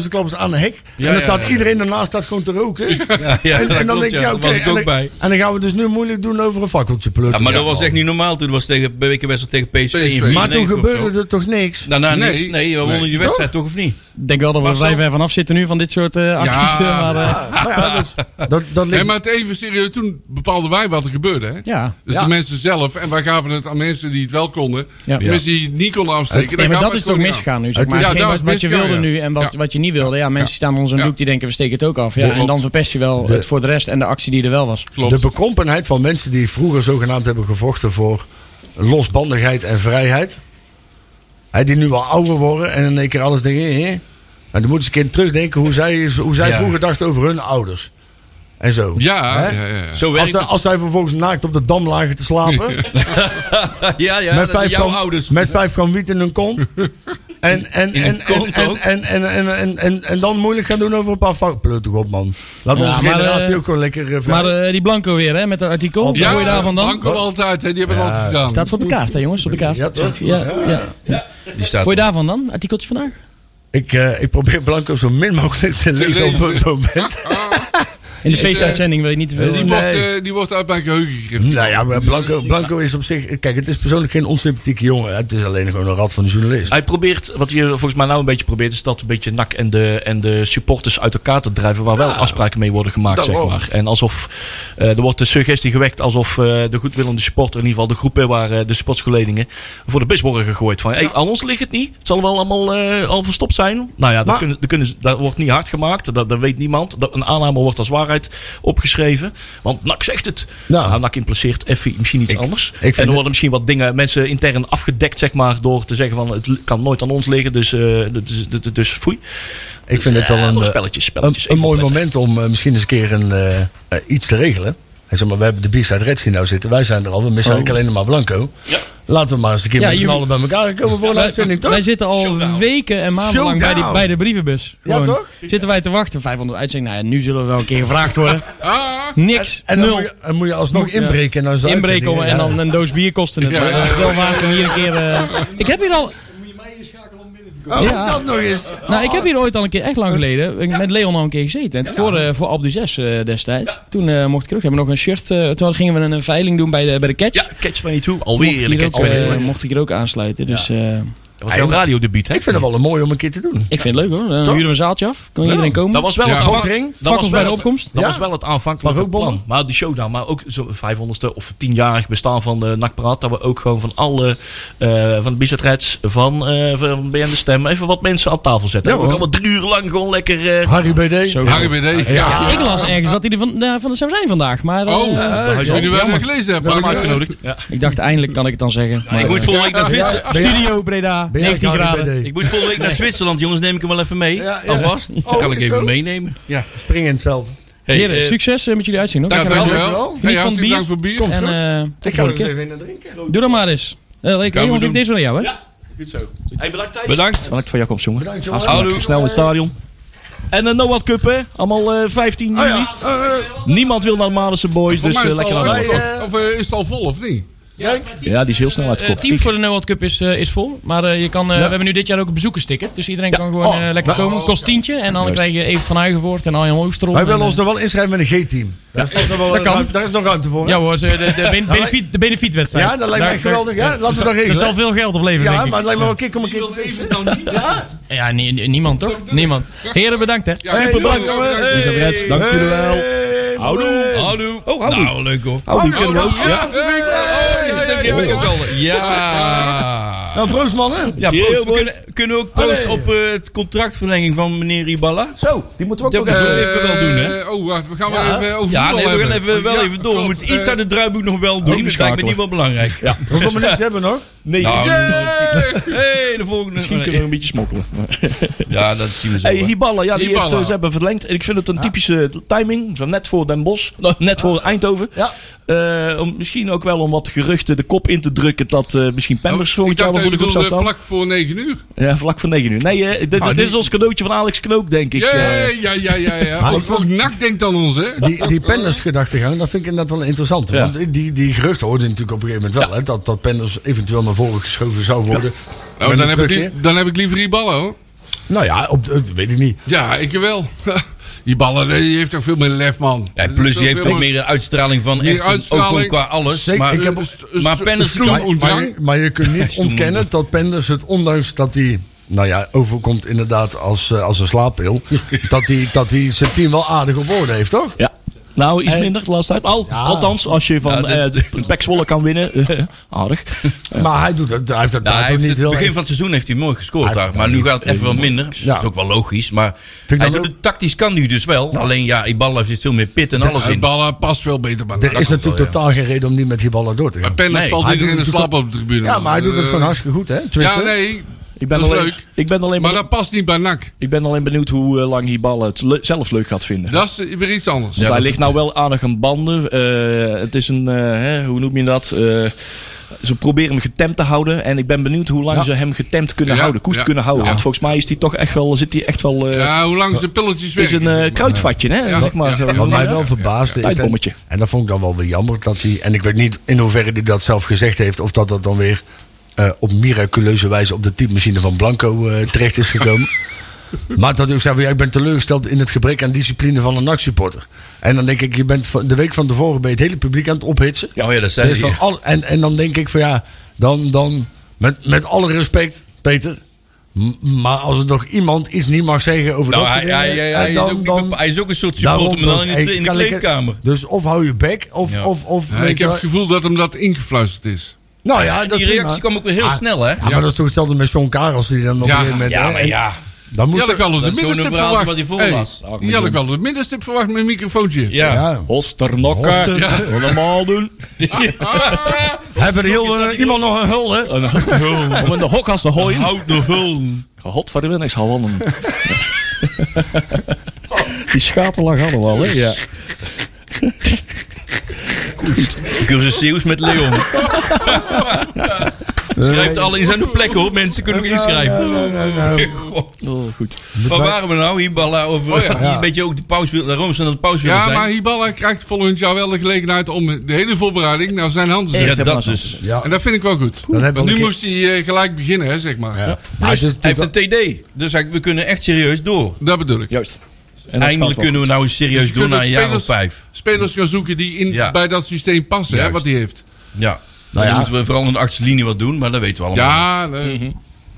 200.000 klappers aan een hek. en dan
ja,
staat
ja.
iedereen daarnaast staat gewoon te roken.
Ja, ja,
en,
dat
en dan
klopt,
denk je,
ja.
ja,
Daar
oké,
was ik
en,
ook
dan-
bij.
en dan gaan we dus nu moeilijk doen over een fakkeltje
Ja,
pleuten.
maar dat was echt niet normaal toen. Dat was tegen, bij weken wedstrijd tegen PSV. in
PSV.
vier-
Maar toen
negen of zo.
gebeurde er toch niks?
Daarna
Nee.
niks. Nee, we wonnen
Nee.
die wedstrijd toch of niet?
Ik denk wel dat we
Marcel?
vrij ver vanaf zitten nu van dit soort eh, acties. eh, maar, eh,
Ja, maar ja, dat, is- dat, dat
Nee,
ligt...
maar het even serieus, toen bepaalden wij wat er gebeurde. Hè?
ja.
Dus
Ja.
de mensen zelf, en wij gaven het aan mensen die het wel konden.
Ja.
De mensen die het niet konden afsteken.
Nee,
daar
maar
gaan
dat
wij
is toch
gewoon niet aan.
misgaan nu. Zeg
Het
maar.
is- ja,
Hetgeen
dat
wat,
is
wat je
misgaan,
wilde
ja.
nu en wat,
Ja.
wat je niet wilde. Ja, mensen staan onder zo'n
Ja.
doek die denken we steken het ook af. Ja, en
Klopt.
dan verpest je wel het voor de rest en de actie die er wel was.
Klopt.
De bekrompenheid van mensen die vroeger zogenaamd hebben gevochten voor losbandigheid en vrijheid. Hè, die nu al ouder worden en in één keer alles denken. Hè? En dan moeten ze een keer terugdenken hoe zij, hoe zij
Ja.
vroeger dachten over hun ouders. en zo.
Ja,
Hè?
ja, ja. ja.
Zo
Als,
werkt
de- als zij vervolgens naakt op de dam lagen te slapen.
het. Ja,
met,
ja, dat-
vijf
jouw
gram,
ouders.
met vijf gram wiet in hun kont. En, en,
In hun
en, en,
kont ook?
en, en, en, en, en, en- en dan moeilijk gaan doen over een paar fouten. Pleut toch op, man. Laat
Ja,
onze
maar,
generatie
eh,
ook gewoon lekker... eh, vrij-
Maar eh, die Blanco weer, hè, met dat artikel. Wat
Ja,
hoor je daarvan dan?
Blanco altijd, hè, die hebben het altijd gedaan.
Staat voor de kaart, hè jongens, op de kaart.
Ja, toch?
Ja, ja.
Die staat
Hoor je daarvan dan? Artikeltje vandaag?
ik, eh, ik probeer Blanco zo min mogelijk te lezen op
lezen.
het moment.
In de
Is, eh,
feestuitzending wil je niet te veel...
die
Die,
eh,
wordt,
Nee.
eh, die wordt uit mijn geheugen gegrift.
Nou ja, maar Blanco, Blanco is op zich... Kijk, het is persoonlijk geen onsympathieke jongen. Het is alleen gewoon een rat van de journalist.
Hij probeert, wat hij volgens mij nou een beetje probeert, is dat een beetje NAC en de, en de supporters uit elkaar te drijven. Waar wel afspraken mee worden gemaakt, zeg
daarom.
maar. En alsof eh, er wordt de suggestie gewekt alsof eh, de goedwillende supporter, in ieder geval de groepen waar eh, de sportsgeledingen, voor de bus worden gegooid. Van hey, aan ons ligt het niet. Het zal wel allemaal eh, al verstopt zijn. Nou ja, dat,
Maar-
kunnen, dat, kunnen ze- dat wordt niet hard gemaakt. Dat, dat weet niemand. Dat, een aanname wordt als waarheid opgeschreven. Want NAC zegt het.
Nou.
Nou, NAC impliceert effe misschien iets anders.
vind
en
het-
dan worden misschien wat dingen, mensen intern afgedekt, zeg maar, door te zeggen van het l- kan nooit aan ons liggen, dus, eh, dat is- dat- dat- dus foei.
Ik vind het wel
Ja,
een,
nog
eh,
spelletjes,
een,
spelletjes.
een mooi
Even
moment om eh, misschien eens een keer een, eh, eh, iets te regelen. En zeg maar, we hebben de Beast uit Red Sea nou zitten. Wij zijn er al. We missen eigenlijk alleen nog maar Blanco. Laten we maar eens een keer
Ja,
met z'n
jullie-
allen bij elkaar komen voor een
wij-
uitzending, toch?
Wij zitten al weken en maanden lang bij, die,
Showdown.
bij de brievenbus.
Ja,
Gewoon.
toch?
Zitten wij te wachten. 500 uitzendingen. Nou ja, nu zullen we wel een keer gevraagd worden.
Ah,
Niks.
En dan
nul.
moet, je, dan moet je alsnog
Ja.
inbreken. En dan zo'n
Inbreken om-
uitzending,
en
ja.
dan een doos bier kosten het.
Ja,
Maar
ja,
dat is wel waard om hier een keer... eh, ik heb hier al...
Oh,
Ja.
dat nog eens.
Nou, ik heb hier ooit al een keer, echt lang geleden, ik- met Leon al een keer gezeten. En voor, eh voor Alpe 6 destijds. Toen eh, mocht ik terug. Hebben we nog een shirt. eh, toen gingen we een, een veiling doen bij de, bij de catch.
Ja, Catch 22.
mocht,
Alweer
ik
de
hier
Catch
ook, eh,
22.
mocht ik hier ook aansluiten. Dus eh,
Dat was jouw radiodebuut, hè?
Ik vind het wel een mooi om een keer te doen.
ik vind het leuk hoor. Dan huren we een zaaltje af. Kan iedereen komen.
Dat was wel
Ja.
het aanvankelijk
Boxring?
dat was
Fakkels bij
wel
de
het-
opkomst?
Dat
Ja.
was wel het aanvankelijke
Mag ook bommen.
plan. Maar die showdown, maar ook zo'n 500ste of 10-jarig bestaan van de NAC-praat. Dat we ook gewoon van alle, eh, van de Bizarrets, van, eh van BN De Stem, even wat mensen aan tafel zetten.
Ja,
we
hoor.
gaan allemaal drie uur lang gewoon lekker... eh,
Harry BD.
Zo.
Harry BD. Ja.
Ja, ik las ergens dat hij er van, nou, van de zou zijn vandaag. Maar eh,
Oh,
daar is
ik weet niet
wel-
waar ik
jammer.
dat gelezen heb.
We hebben
maar
hem
ik-
uitgenodigd. Ja.
ik dacht eindelijk kan ik het dan zeggen. Maar,
Ik moet
eh,
volgende week naar Zwitserland.
Ja, ben jij-
Studio Breda,
ben jij
19
Harry
graden.
BD?
Ik moet volgende week naar Zwitserland, jongens. Neem ik hem wel even mee.
Ja, ja.
Alvast.
Oh,
kan ik
is
even
zo?
meenemen. Ja.
Spring in het veld.
Hey,
Heren,
eh,
succes eh, met jullie uitzending. hoor.
Dank
Kijk
je
naar uit.
wel. Hey,
Geniet van het
hartstikke
bier.
dank voor het bier.
En eh, tot de
Ik ga er
volgende
eens
keer.
even in naar drinken.
Doe dat maar eens. Eh, Leon,
we
ik
doen.
geef deze aan jou, hè?
Hey, bedankt Thijs.
bedankt.
Bedankt voor jouw komst, jongen.
Bedankt, jongen.
Hartstikke bedankt. snel in het stadion. En de Noah Cup, hè? Allemaal eh, 15 juli.
Eh, eh,
Niemand wil naar Malense Boys,
Voor
dus
mij
eh,
is het
lekker
al
aan
uit,
de
Hey,
of- Of eh, is het al vol of niet?
Ja, die is heel snel
Het
uitgekocht.
team voor de No World Cup is, eh, is vol. Maar eh, je kan, eh, we hebben nu dit jaar ook een bezoekersticket. Dus iedereen kan gewoon eh, lekker komen. Het kost tientje. En dan krijg je Even van Huigenvoort en Arjan Hoogstrom.
Wij
En,
willen
eh,
ons nog wel inschrijven met een G-team. Daar, is vast nog wel-
dat kan.
ruim- daar is nog ruimte voor. hè?
Ja hoor, ze- de, de, ben- benefiet, de benefietwedstrijd.
Ja, dat lijkt me echt
Daar-
geweldig. Ja, laten we dat
Dat zal
regelen.
veel geld opleveren,
Ja,
denk ik.
maar het lijkt me wel een keer kom een keer.
even dan niet.
Ja, nie- nie- niemand toch? Niemand. Heren, bedankt hè.
Super
bedankt, jongen. Hey.
Lisa Brets, dank jullie wel.
Houdoe.
Hallo. Nou, leuk hoor.
Houdoe Oh, kunnen we ook.
Ja,
Dat heb ik ook al. Ja.
Nou, proost mannen.
Ja,
Cheers,
post. We
boys.
kunnen, kunnen we ook post op eh, het contractverlenging van meneer Riballa.
Zo, die moeten we
Dat
ook
moeten
nog
we
even...
even wel doen, hè?
Eh, Oh, wacht, we gaan maar even over
Ja,
voetbal
nee, we gaan
hebben.
even, wel
Ja,
even door. We
klopt.
moeten iets
Eh,
uit het draaiboek nog wel doen. Dat lijkt me
schakelen.
niet wel belangrijk.
Ja,
Hoeveel minuten hebben we nog?
nee,
Nou,
Yay!
hey, de volgende.
misschien kunnen we een beetje smokkelen.
Ja, dat zien we zo.
eh, Hey,
hè.
Hiballa, ja, die
Hiballa.
Heeft, eh, ze hebben verlengd. En ik vind het een typische timing. Zo net voor Den Bosch, nou, net voor Eindhoven. Eh, om, misschien ook wel om wat geruchten de kop in te drukken dat eh, misschien Pembers
ik
volgend jaar
dacht
wel voor
dat
de
je
groep zou
bedoelde
staan.
vlak voor 9 uur.
Ja, vlak voor 9 uur. Nee, eh, dit, is- dit is ons cadeautje van Alex Knook, denk ik. eh.
Yay, Ja, ja, ja,
Ah,
ja.
Maar ik
Ook ook NAC denkt aan ons, hè? Oh,
Die, die Penders-gedachtegang, dat vind ik inderdaad wel interessant.
Ja.
Want die, die geruchten hoorden natuurlijk op een gegeven moment wel. Hè, dat, dat Penders eventueel naar voren geschoven zou worden.
Oh,
Met een
dan, heb ik,
terugkeer.
li- dan heb ik liever Iballa, hoor.
Nou ja, op, de- dat weet ik niet.
Ja, ik wel. Iballa, die heeft toch veel meer lef, man.
Ja, plus die heeft ook meer een uitstraling van
Meer
echt een-
uitstraling.
ook gewoon qua alles.
Zeker,
maar
ik heb-
maar Penners
Stroen
kan-
Maar, je,
ontdrang.
maar je kunt niet ontkennen dat Penders het, ondanks dat hij, nou ja, overkomt inderdaad als, eh, als een slaappil, dat hij dat hij zijn team wel aardig op orde heeft, toch?
Ja. Nou, iets minder de laatste tijd. Al, Althans, als je van eh de Pek Zwolle kan winnen. eh, aardig.
Maar hij doet het, hij heeft het,
Nou, hij
hij heeft
heeft
niet
het
heel
begin
erg-
van het seizoen heeft hij mooi gescoord
Hij
daar.
heeft
Maar
het
nu
niet
gaat het even wat minder. Dat is ook wel logisch. Maar
dat
hij doet
ook-
het tactisch kan nu dus wel. Alleen ja, Iballa zit veel meer pit en alles in.
Iballa past veel beter, man.
Er is natuurlijk
wel, ja.
totaal geen reden om niet met die ballen door te gaan.
Penners
Nee,
valt
hij
iedereen in
doet
de slaap op de tribune.
Ja, maar hij doet het
Eh,
gewoon hartstikke goed, hè?
Ja,
Tenminste,
nee.
Ik ben
Dat is
alleen,
leuk.
Ik ben
Maar
alleen, benieu-
dat past niet bij NAC.
ik ben alleen benieuwd hoe eh, lang Hibala het le- zelf leuk gaat vinden.
Dat is weer iets anders.
Want
Ja,
hij
dat
ligt
is-
nou wel aardig aan banden. Eh, het is een, eh, hè, hoe noem je dat? Eh, ze proberen hem getemd te houden. En ik ben benieuwd hoe lang
Ja.
ze hem getemd kunnen
Ja,
houden. Koest
ja.
kunnen houden.
Ja.
Want volgens mij is die toch echt wel, zit hij echt wel... eh,
Ja, hoe lang ze pilletjes
het is
werken.
een eh,
zeg maar.
kruidvatje, hè?
Ja.
Zeg maar,
Ja.
zo.
Ja.
Wat mij
Ja,
wel
ja,
verbaasde is. Dat,
Tijdbommetje.
en dat vond ik dan wel weer jammer dat hij. En ik weet niet in hoeverre hij dat zelf gezegd heeft. Of dat dat dan weer eh, op miraculeuze wijze op de typemachine van Blanco eh, terecht is gekomen. maar dat hij ook zei: van, ja, ik ben teleurgesteld in het gebrek aan discipline van een NAC-supporter. En dan denk ik: je bent van- de week van tevoren ben je het hele publiek aan het ophitsen.
Ja, oh ja, dat
Er
zei
is
hij.
van al, en, en dan denk ik van ja, dan, dan met, met alle respect, Peter. m- Maar als er nog iemand iets niet mag zeggen over
Nou,
dat
hij,
soort
hij,
dingen,
hij,
en
hij is
dan-
ook niet
dan-
bepa- hij is ook een soort
daarom
supporter, maar dan
dan-
in de,
hey,
in de
kan ik-
kleedkamer.
Dus of hou je bek, of...
Ja.
of, of
Ja,
weet
ik
je wel.
heb het gevoel dat hem dat ingefluisterd is.
Nou ja, dat
die
is prima.
reactie kwam ook weer heel
Ah,
snel, hè?
Ja, maar dat is toch hetzelfde met Sean Karels die dan op
Ja.
een gegeven moment...
Ja,
hè,
maar
en
ja.
Dan moest
Die had ik
er-
wel op de
dat is gewoon
middenstip
een verhaaltje
verwacht.
wat hij voor was.
Hey, die had ik wel op de middenstip verwacht met een microfoontje.
Ja.
ja.
Hosternokken.
Ja.
Wat normaal doen.
Ah,
Hebben er heel, eh, iemand nog een hul, hè?
Een hul. Om in de hok als te gooien.
Houd de hul.
God voor de winnaars gewonnen. Die schater lag allemaal wel, hè? Ja.
Cursus Zeeuws met Leon. Schrijft alle in zijn plekken op. Mensen kunnen ook inschrijven. Goh,
Oh, goed.
Waar waren we nou? Hibala over.
Oh ja.
die een beetje ook de paus wil, daarom zijn dat de paus willen
Ja,
zijn.
maar Hibala krijgt volgend jaar wel de gelegenheid om de hele voorbereiding naar zijn handen te
ja,
zetten.
Echt?
dat dus.
Ja.
En dat vind ik wel goed.
Dan hebben
Want
we
nu
een keer-
moest hij eh, gelijk beginnen, hè, zeg maar.
Ja. Maar
Plus,
het is
hij heeft
natuurlijk
een TD. Dus eigenlijk, we kunnen echt serieus door.
Dat bedoel ik.
Juist. En dat gaat
Eindelijk
wel.
kunnen we nou eens serieus
Dus je
door
kunt
na een
het
jaar of
spelers-
vijf.
Spelers gaan zoeken die in,
Ja.
bij dat systeem passen, hè,
Juist.
wat hij heeft.
Ja. Nou
ja.
Dan moeten we vooral in de achterste linie wat doen, maar dat weten we allemaal.
Ja, nee.
Mhm.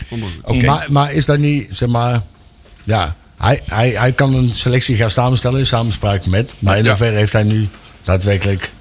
Kom maar goed.
Oké.
Maar, maar is dat niet, zeg maar... Ja, hij, hij, hij kan een selectie gaan samenstellen in samenspraak met. Maar in
Ja.
hoeverre heeft hij nu daadwerkelijk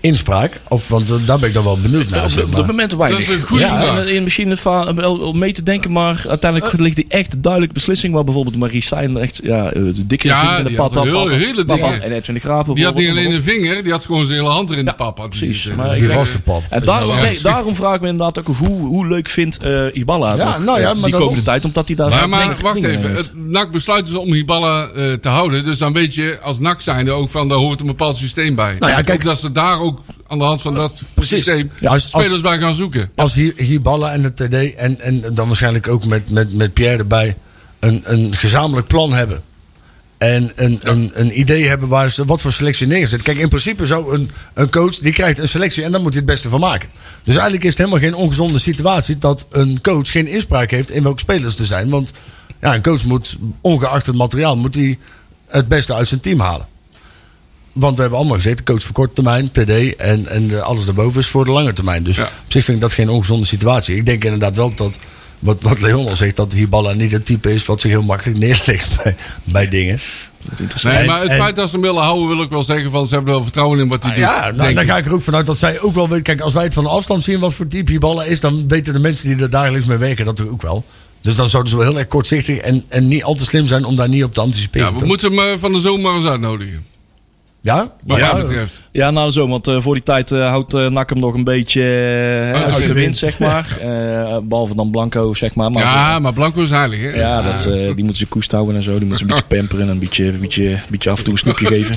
inspraak? Of, want eh, daar ben ik dan wel benieuwd naar.
Op,
zeg
op
maar.
dit moment
Dat
weinig.
is een goede
ja,
vraag. Eh.
en, en misschien het va- wel om mee te denken, maar uiteindelijk ligt die echt duidelijke beslissing. Waar bijvoorbeeld Marie Stijn echt ja, eh, de dikke
Ja,
vinger in de
die
pad
had
had.
een
pad
hele-
had.
hele
Maar
dingen.
had- En Edwin de Graaf
Die had niet
bijvoorbeeld,
alleen een vinger, die had gewoon zijn hele hand er in
Ja,
de pap. had hij
precies.
gezeten.
Maar ik
Die
denk-
was de pap.
En daarom,
nou
nee,
juist.
daarom vraag ik me inderdaad ook af hoe, hoe leuk vindt eh Ibala
Ja,
nog,
nou ja,
eh,
maar
die
daarom.
komende tijd, omdat hij daar
Maar,
geen
maar
enkele
wacht
dingen
even,
heeft.
het, NAC besluiten ze om die ballen eh, te houden. Dus dan weet je als NAC zijnde ook van daar hoort een bepaald systeem bij.
Nou ja, kijk-
Ook dat ze daar ook aan de hand van dat systeem
Ja, als- als-
spelers bij gaan zoeken.
Als hier, hier ballen en het TD en, en dan waarschijnlijk ook met, met, met Pierre erbij een, een gezamenlijk plan hebben. En een, een, een idee hebben waar ze wat voor selectie neerzet. Kijk, in principe zou een, een coach die krijgt een selectie en daar moet hij het beste van maken. Dus eigenlijk is het helemaal geen ongezonde situatie dat een coach geen inspraak heeft in welke spelers er zijn. Want ja, een coach moet, ongeacht het materiaal, moet hij het beste uit zijn team halen. Want we hebben allemaal gezegd, de coach voor korte termijn, TD en, en eh, alles daarboven is voor de lange termijn. Dus
Ja.
op zich vind ik dat geen ongezonde situatie. Ik denk inderdaad wel dat, wat, wat Leon al zegt, dat Hiballa niet het type is wat zich heel makkelijk neerlegt bij, bij dingen.
Nee,
En-
maar het
en-
feit dat ze hem willen houden wil ik wel zeggen van ze hebben er wel vertrouwen in wat hij doet.
Ja, nou,
denk
daar
ik.
ga ik er ook vanuit dat zij ook wel weten. Kijk, als wij het van afstand zien wat voor type Hiballa is, dan weten de mensen die er dagelijks mee werken dat ook wel. Dus dan zouden ze wel heel erg kortzichtig en, en niet al te slim zijn om daar niet op te anticiperen.
Ja, we
toch?
moeten hem eh, van de zomer eens uitnodigen.
ja?
Wat
Ja,
mij betreft.
Ja, nou zo, want eh, voor die tijd eh, houdt eh, NAC hem nog een beetje eh,
Uit de
uit de
wind.
wind, zeg maar. Eh, behalve dan Blanco, zeg maar. maar
Ja, maar Blanco is heilig, hè?
Ja, dat, eh, die moeten ze koest houden en zo. Die moeten ze een beetje pamperen en een beetje, beetje, beetje af en toe een snoepje geven.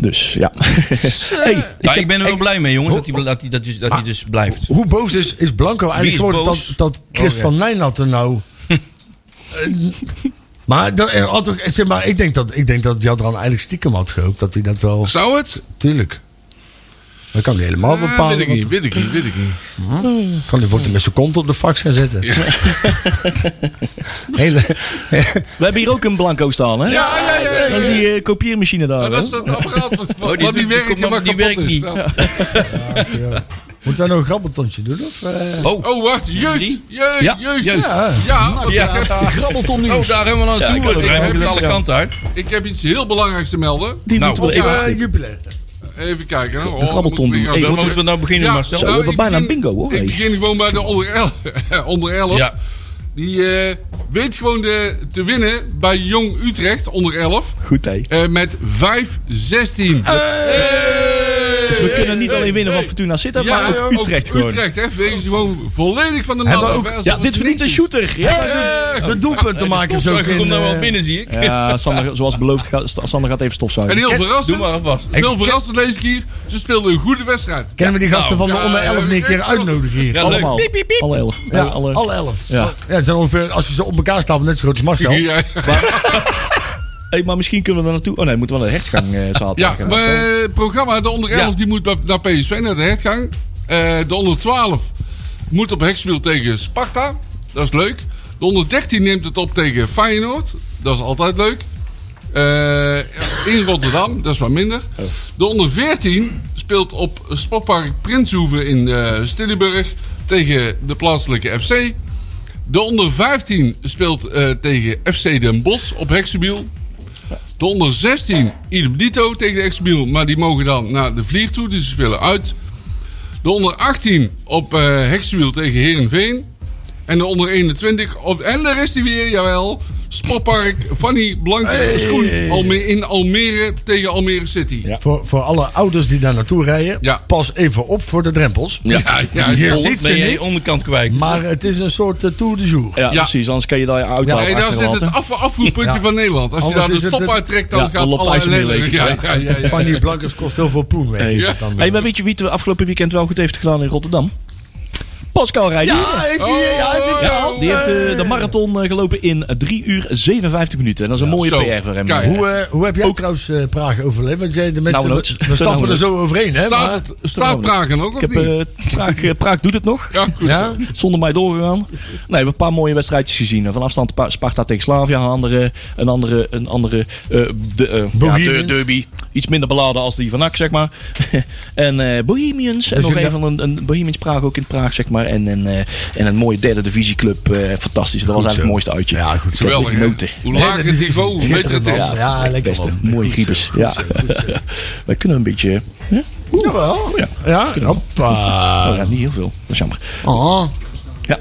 Dus ja. hey,
Maar ik, ben er wel blij mee, jongens, dat hij dat hij- dat hij- dat hij dus blijft.
Hoe boos is, is Blanco
Wie
eigenlijk
is
geworden
boos?
dat, dat Chris
Oh, ja.
van Nijnat er nou... Eh, maar, dat, er had toch- zeg maar ik denk dat, ik denk dat Jadran eigenlijk stiekem had gehoopt dat hij dat wel...
Zou het?
Tuurlijk. Dat kan hij helemaal
Ah,
bepalen.
weet ik
want-
niet, weet ik niet, weet ik niet.
Kan hij wordt hij met zijn kont op de fax gaan zetten.
Ja.
Hele,
we hebben hier ook een Blanco staan, hè?
Ja, ja, ja. ja.
Dat is die eh, kopieermachine daar.
Nou, dat is
hoor.
dat apparaat wat, wat
die doet-
die
die
werkt
komt maar-
en wat
die
kapot
werkt
is.
niet.
Ja.
moeten wij nog een grabbeltontje doen? Of, eh?
Oh,
Oh, wacht. Jeugd.
Drie?
Jeugd.
Ja.
Jeugd.
Ja.
Ja. wat
Ja.
betreft-
grabbelton nieuws. Oh, daar hebben we aan
Ja, ik
toe.
had
Ik
het
ook
heb het
wel
alle
gezien,
kanten uit.
Ik heb iets heel belangrijks te melden.
Die
Nou,
moeten we
ja,
even
eh,
aftikken.
jubilair.
Even kijken. hoor. Oh,
De grabbelton.
moet ik
Hey,
gaan
Dan
zeggen.
moeten
moeten we nou beginnen,
Ja,
Marcel.
Zo, we hebben
ik
bijna
begin-
een bingo, hoor.
Ik begin gewoon bij de onder 11. onder 11.
Ja.
Die eh, weet gewoon de, te winnen bij Jong eh, Utrecht, onder 11.
Goed, hé.
eh, met 5-16.
Dus we kunnen niet alleen winnen van Fortuna Sittard, maar ook Utrecht gewoon.
Utrecht, hè. Wegens gewoon volledig van de
Hebben
mat
we ook-
af, hè, Eh,
Ja,
alsof
dit
het
verdient een
niks
shooter. Ja,
is. Ja.
De doelpunten maken ze ook
Stofzuiger
in...
komt nou wel
eh,
binnen, zie ik.
Ja, Sander, zoals beloofd, gaat, Sander gaat even
En
stofzuigen.
heel verrassend.
Doe maar alvast.
Heel verrassend deze keer. Ze speelden een goede wedstrijd.
Kennen we die gasten
Nou,
van de
ja,
onder 11 een
eh,
keer uitnodigen hier?
Ja, leuk.
Allemaal. Alle elf.
Ja,
alle,
alle 11.
ja.
Ja, het zijn ongeveer, als je ze op elkaar stapelt, net zo groot als Marcel.
Ja,
Hey, maar misschien kunnen we er naartoe. Oh nee, moeten we naar de hechtgang eh zaterdag.
ja,
gaan
maar
of zo.
het programma, de onder 11 die moet bij- naar PSV, naar de hertgang. Eh, de onder 12 moet op hekspiel tegen Sparta. Dat is leuk. De onder 13 neemt het op tegen Feyenoord. Dat is altijd leuk. Eh, in Rotterdam, dat is wat minder. De onder 14 speelt op Sportpark Prinshoeven in eh Stillieburg tegen de plaatselijke FC. De onder 15 speelt eh, tegen FC Den Bosch op Heksenbiel. De onder 16, idem dito tegen de Exbiel. Maar die mogen dan naar de vlieg toe, dus ze spelen uit. De onder 18 op eh Heksenwiel tegen Herenveen. En de onder 21 op... En daar is hij weer, jawel. Sportpark Fanny Blanke Schoen Alme- in Almere tegen Almere City. Ja,
Voor, voor alle ouders die daar naartoe rijden,
Ja.
pas even op voor de drempels.
ja, ja.
Hier
ja.
ziet ze
Ben
niet,
jij onderkant kwijt?
maar het is een soort eh, tour du jour.
ja,
Ja.
precies. Anders kan je daar je auto
Nee,
achterlaten.
daar zit het af, afvoerpuntje
Ja.
van Nederland. Als je
Anders
daar de
is het
stop
het-
uittrekt, dan
Ja, dan
gaat
loopt
alle
IJsselmeer
ellende
leeg.
weg. Ja, ja, ja, ja.
Van die blankers kost heel veel poen weg. is het dan weer.
Hey, maar weet je wie het afgelopen weekend wel goed heeft gedaan in Rotterdam? Pascal Rijden.
Ja, heeft hij-
Oh,
ja, heeft hij het
ja.
gehaald?
Die heeft eh, de marathon eh, gelopen in 3 uur 57 minuten. En dat is een mooie
zo.
PR voor hem.
Kijk.
Hoe, eh, hoe heb jij trouwens eh Praag overleefd? Want jij, de mensen,
Nauwelijks.
we stappen er
Nauwelijks.
zo overheen, hè? maar-
Staat, het- staat Pragen ook,
Ik
of
heb,
niet?
eh, Praag, eh, Praag doet het nog.
ja, goed.
ja?
Zonder mij doorgegaan. Nee, we hebben een paar mooie wedstrijdjes gezien. Van afstand Pa- Sparta tegen Slavia. Een andere, een andere, een andere eh, de, eh, ja,
Bohemians.
de- derby. Iets minder beladen als die van AK, zeg maar. en eh, Bohemians. En
Dus
nog
jullie-
een van een, een Bohemians Praag ook in Praag, zeg maar. En een, eh, en een mooie derde divisieclub. eh fantastisch. Dat was eigenlijk het mooiste uitje. Ja, goed.
Geweldig, hè?
genoten.
Hoe lager het niveau, hoe beter het is. Dus
Ja, Ah, lekker
Beste,
man.
mooie griepers. Ja. Wij kunnen een beetje. Ja?
Jawel.
Ja.
Ja, hoppa.
Oh, ja, niet heel veel. Dat is jammer.
Oh.
Ja.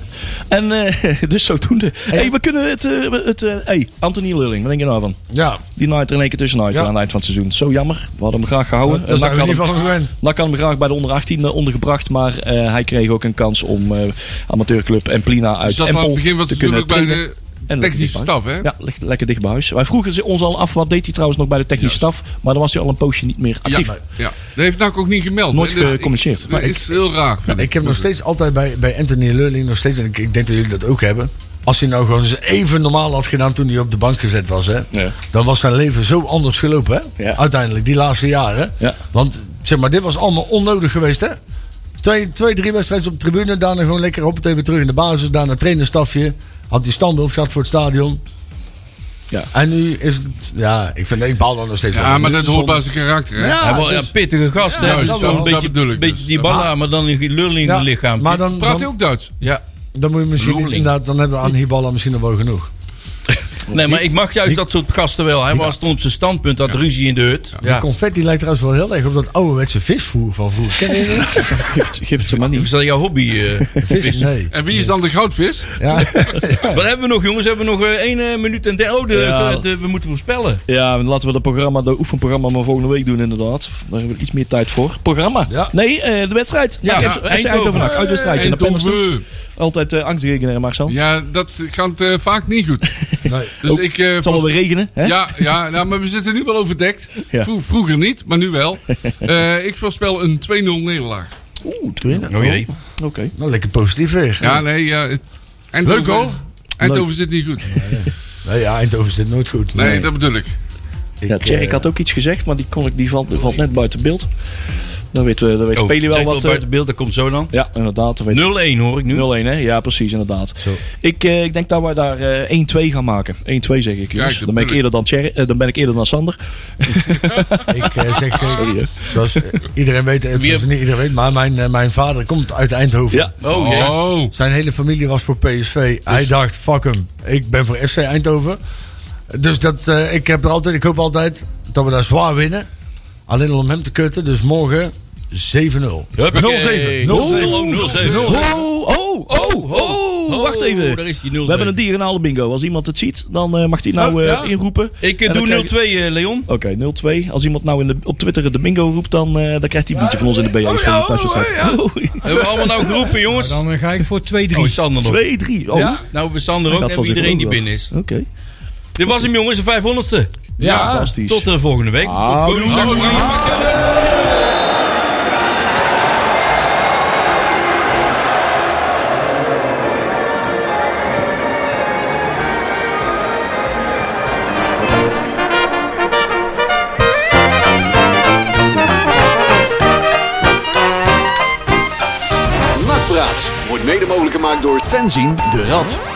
En eh, dus zodoende. Hé, hey, we kunnen het. eh, het eh, hey, Anthony Lulling, wat denk je nou van?
Ja,
Die naait er in één keer tussenuit
Ja.
aan het eind van het seizoen. Zo jammer. We hadden hem graag gehouden. Eh,
dat is
Nak
in ieder
had,
geval
hem,
een gewend.
Nak had hem graag bij de onder 18 ondergebracht. Maar eh, hij kreeg ook een kans om eh, amateurclub Emplina uit
Dus dat aan het
Empel
begin van
te
het
kunnen
seizoen ook bij
trainen.
de
En
technische
lekker
staf, hè?
Ja, leg- lekker dicht bij huis. Wij vroegen ze ons al af, wat deed hij trouwens nog bij de technische staf? Maar dan was hij al een poosje niet meer
Ja,
actief.
ja. dat heeft NAC ook niet gemeld.
Nooit
hè. Dus ik-
gecommuniceerd.
Dat
Maar
is heel raar, vind ik.
Ik heb nog steeds altijd bij, bij Anthony Lurling nog steeds, en ik, ik denk dat jullie dat ook hebben. Als hij nou gewoon eens even normaal had gedaan toen hij op de bank gezet was, hè,
Ja.
dan was zijn leven zo anders gelopen. Hè?
Ja.
Uiteindelijk, die laatste jaren.
Ja.
Want zeg maar, dit was allemaal onnodig geweest. Hè? Twee, twee, drie wedstrijden op de tribune, daarna gewoon lekker op het even terug in de basis, daarna trainerstafje. Had hij standbeeld gehad voor het stadion.
Ja.
En nu is het, ja, ik, vind, ik baal dan nog steeds
Ja,
van.
maar dat hoort
Zonde.
bij zijn karakter, hè?
Ja,
Hij wel
het
een
is-
pittige gast, hè?
Ja,
Dus
dat
wel
wel.
een
Dat bedoel
beetje,
ik
beetje
dus.
die ballen, maar dan een lul in
Ja,
je lichaam.
Maar dan,
Praat
dan,
hij ook Duits?
ja.
dan moet je misschien niet-
Lurling.
inderdaad, dan hebben we aan Hiballa misschien nog wel genoeg.
Nee, maar ik mag juist dat soort gasten wel. Hij was toen op zijn standpunt, had ruzie in de hut.
Die confetti lijkt trouwens wel heel erg op dat ouderwetse visvoer van vroeger. Ken je dat?
Geeft, geeft ze maar
Is
niet.
dat jouw hobby? eh?
Vis? Nee.
En wie is dan de goudvis?
Ja.
Wat hebben we nog, jongens? Hebben we nog eh, één eh, minuut en derde? Oh, de,
Ja.
de- de- we moeten voorspellen.
Ja, laten we dat programma, dat oefenprogramma maar volgende week doen inderdaad. Daar hebben we iets meer tijd voor. Programma?
Ja.
Nee, eh, de wedstrijd.
Ja,
Nou,
ja,
FC
Eindhoven.
Eindhoven. NAC, Uitwedstrijdje. naar Penderstoel.
Eindhoven.
Altijd eh angstrekening, Marcel.
Ja, dat gaat eh, vaak niet goed.
Nee.
Dus
Ook-
ik... eh,
Het zal wel
vast-
weer regenen. Hè?
ja, ja nou, maar we zitten nu wel overdekt.
Ja.
Vro- vroeger niet, maar nu wel. Eh, ik voorspel een 2-0 nederlaag.
Oeh, tweede.
Oh jee.
Oké.
Nou, lekker positief weer.
Ja, nee. ja, het- Eindhoven,
Leuk, hoor.
Eindhoven zit niet goed.
Nee, ja, Eindhoven zit nooit goed.
Nee, dat bedoel ik.
Ik,
Ja, Tjerk
eh,
had ook iets gezegd, maar die, kon ik, die valt, valt net buiten beeld. Dan weet, eh, dan weet
Oh,
Peli wel
check
wat. eh,
buiten beeld, dat komt zo dan.
ja, inderdaad. Dan weet
0-1 hoor ik nu.
0-1, hè? Ja, precies, inderdaad.
Zo.
Ik, eh, ik denk dat wij daar eh, 1-2 gaan maken. 1-2 zeg ik, jongens.
dat
dan, ben
bedoel
ik
ik.
eerder dan Tjerk- eh, dan ben ik eerder dan Sander.
Ik eh, zeg, eh,
Sorry, hè.
zoals eh, iedereen weet, eh,
Wie heb-
zoals niet iedereen weet, maar mijn, eh, mijn vader komt uit Eindhoven.
Ja.
Oh, ja.
Oh.
Zijn hele familie was voor PSV. Hij dacht, fuck hem, ik ben voor FC Eindhoven. Dus dat, eh, ik, heb er altijd, ik hoop altijd dat we daar zwaar winnen. Alleen al om hem te kutten. Dus morgen 7-0. 0-7. 0-7.
0-7. 0-7.
Oh, oh, oh, oh. Oh, wacht even.
daar
We
is die 0
hebben een diagonale bingo. Als iemand het ziet, dan eh, mag die nou
Oh,
eh,
ja.
inroepen.
Ik eh,
En dan
doe
krijg
0-2, eh, Leon.
Oké, 0-2. Als iemand nou in de, op Twitter de bingo roept, dan, eh, dan krijgt hij een biertje van ons in de BA's
Oh,
van de thuiswedstrijd.
We hebben we allemaal nou geroepen, jongens.
Dan eh, ga ik voor 2-3.
Oh, Sander nog.
2-3. Oh,
Ja? Nou, we Sander ook.
Dat
En
was ik
iedereen
ook
die
wel.
binnen is.
Oké.
Dit was hem, jongens. De 500ste.
Ja, fantastisch.
Tot de volgende week.
Ah,
Koningsdag.
Nakpraat wordt mede mogelijk gemaakt door Fenzin de Rad.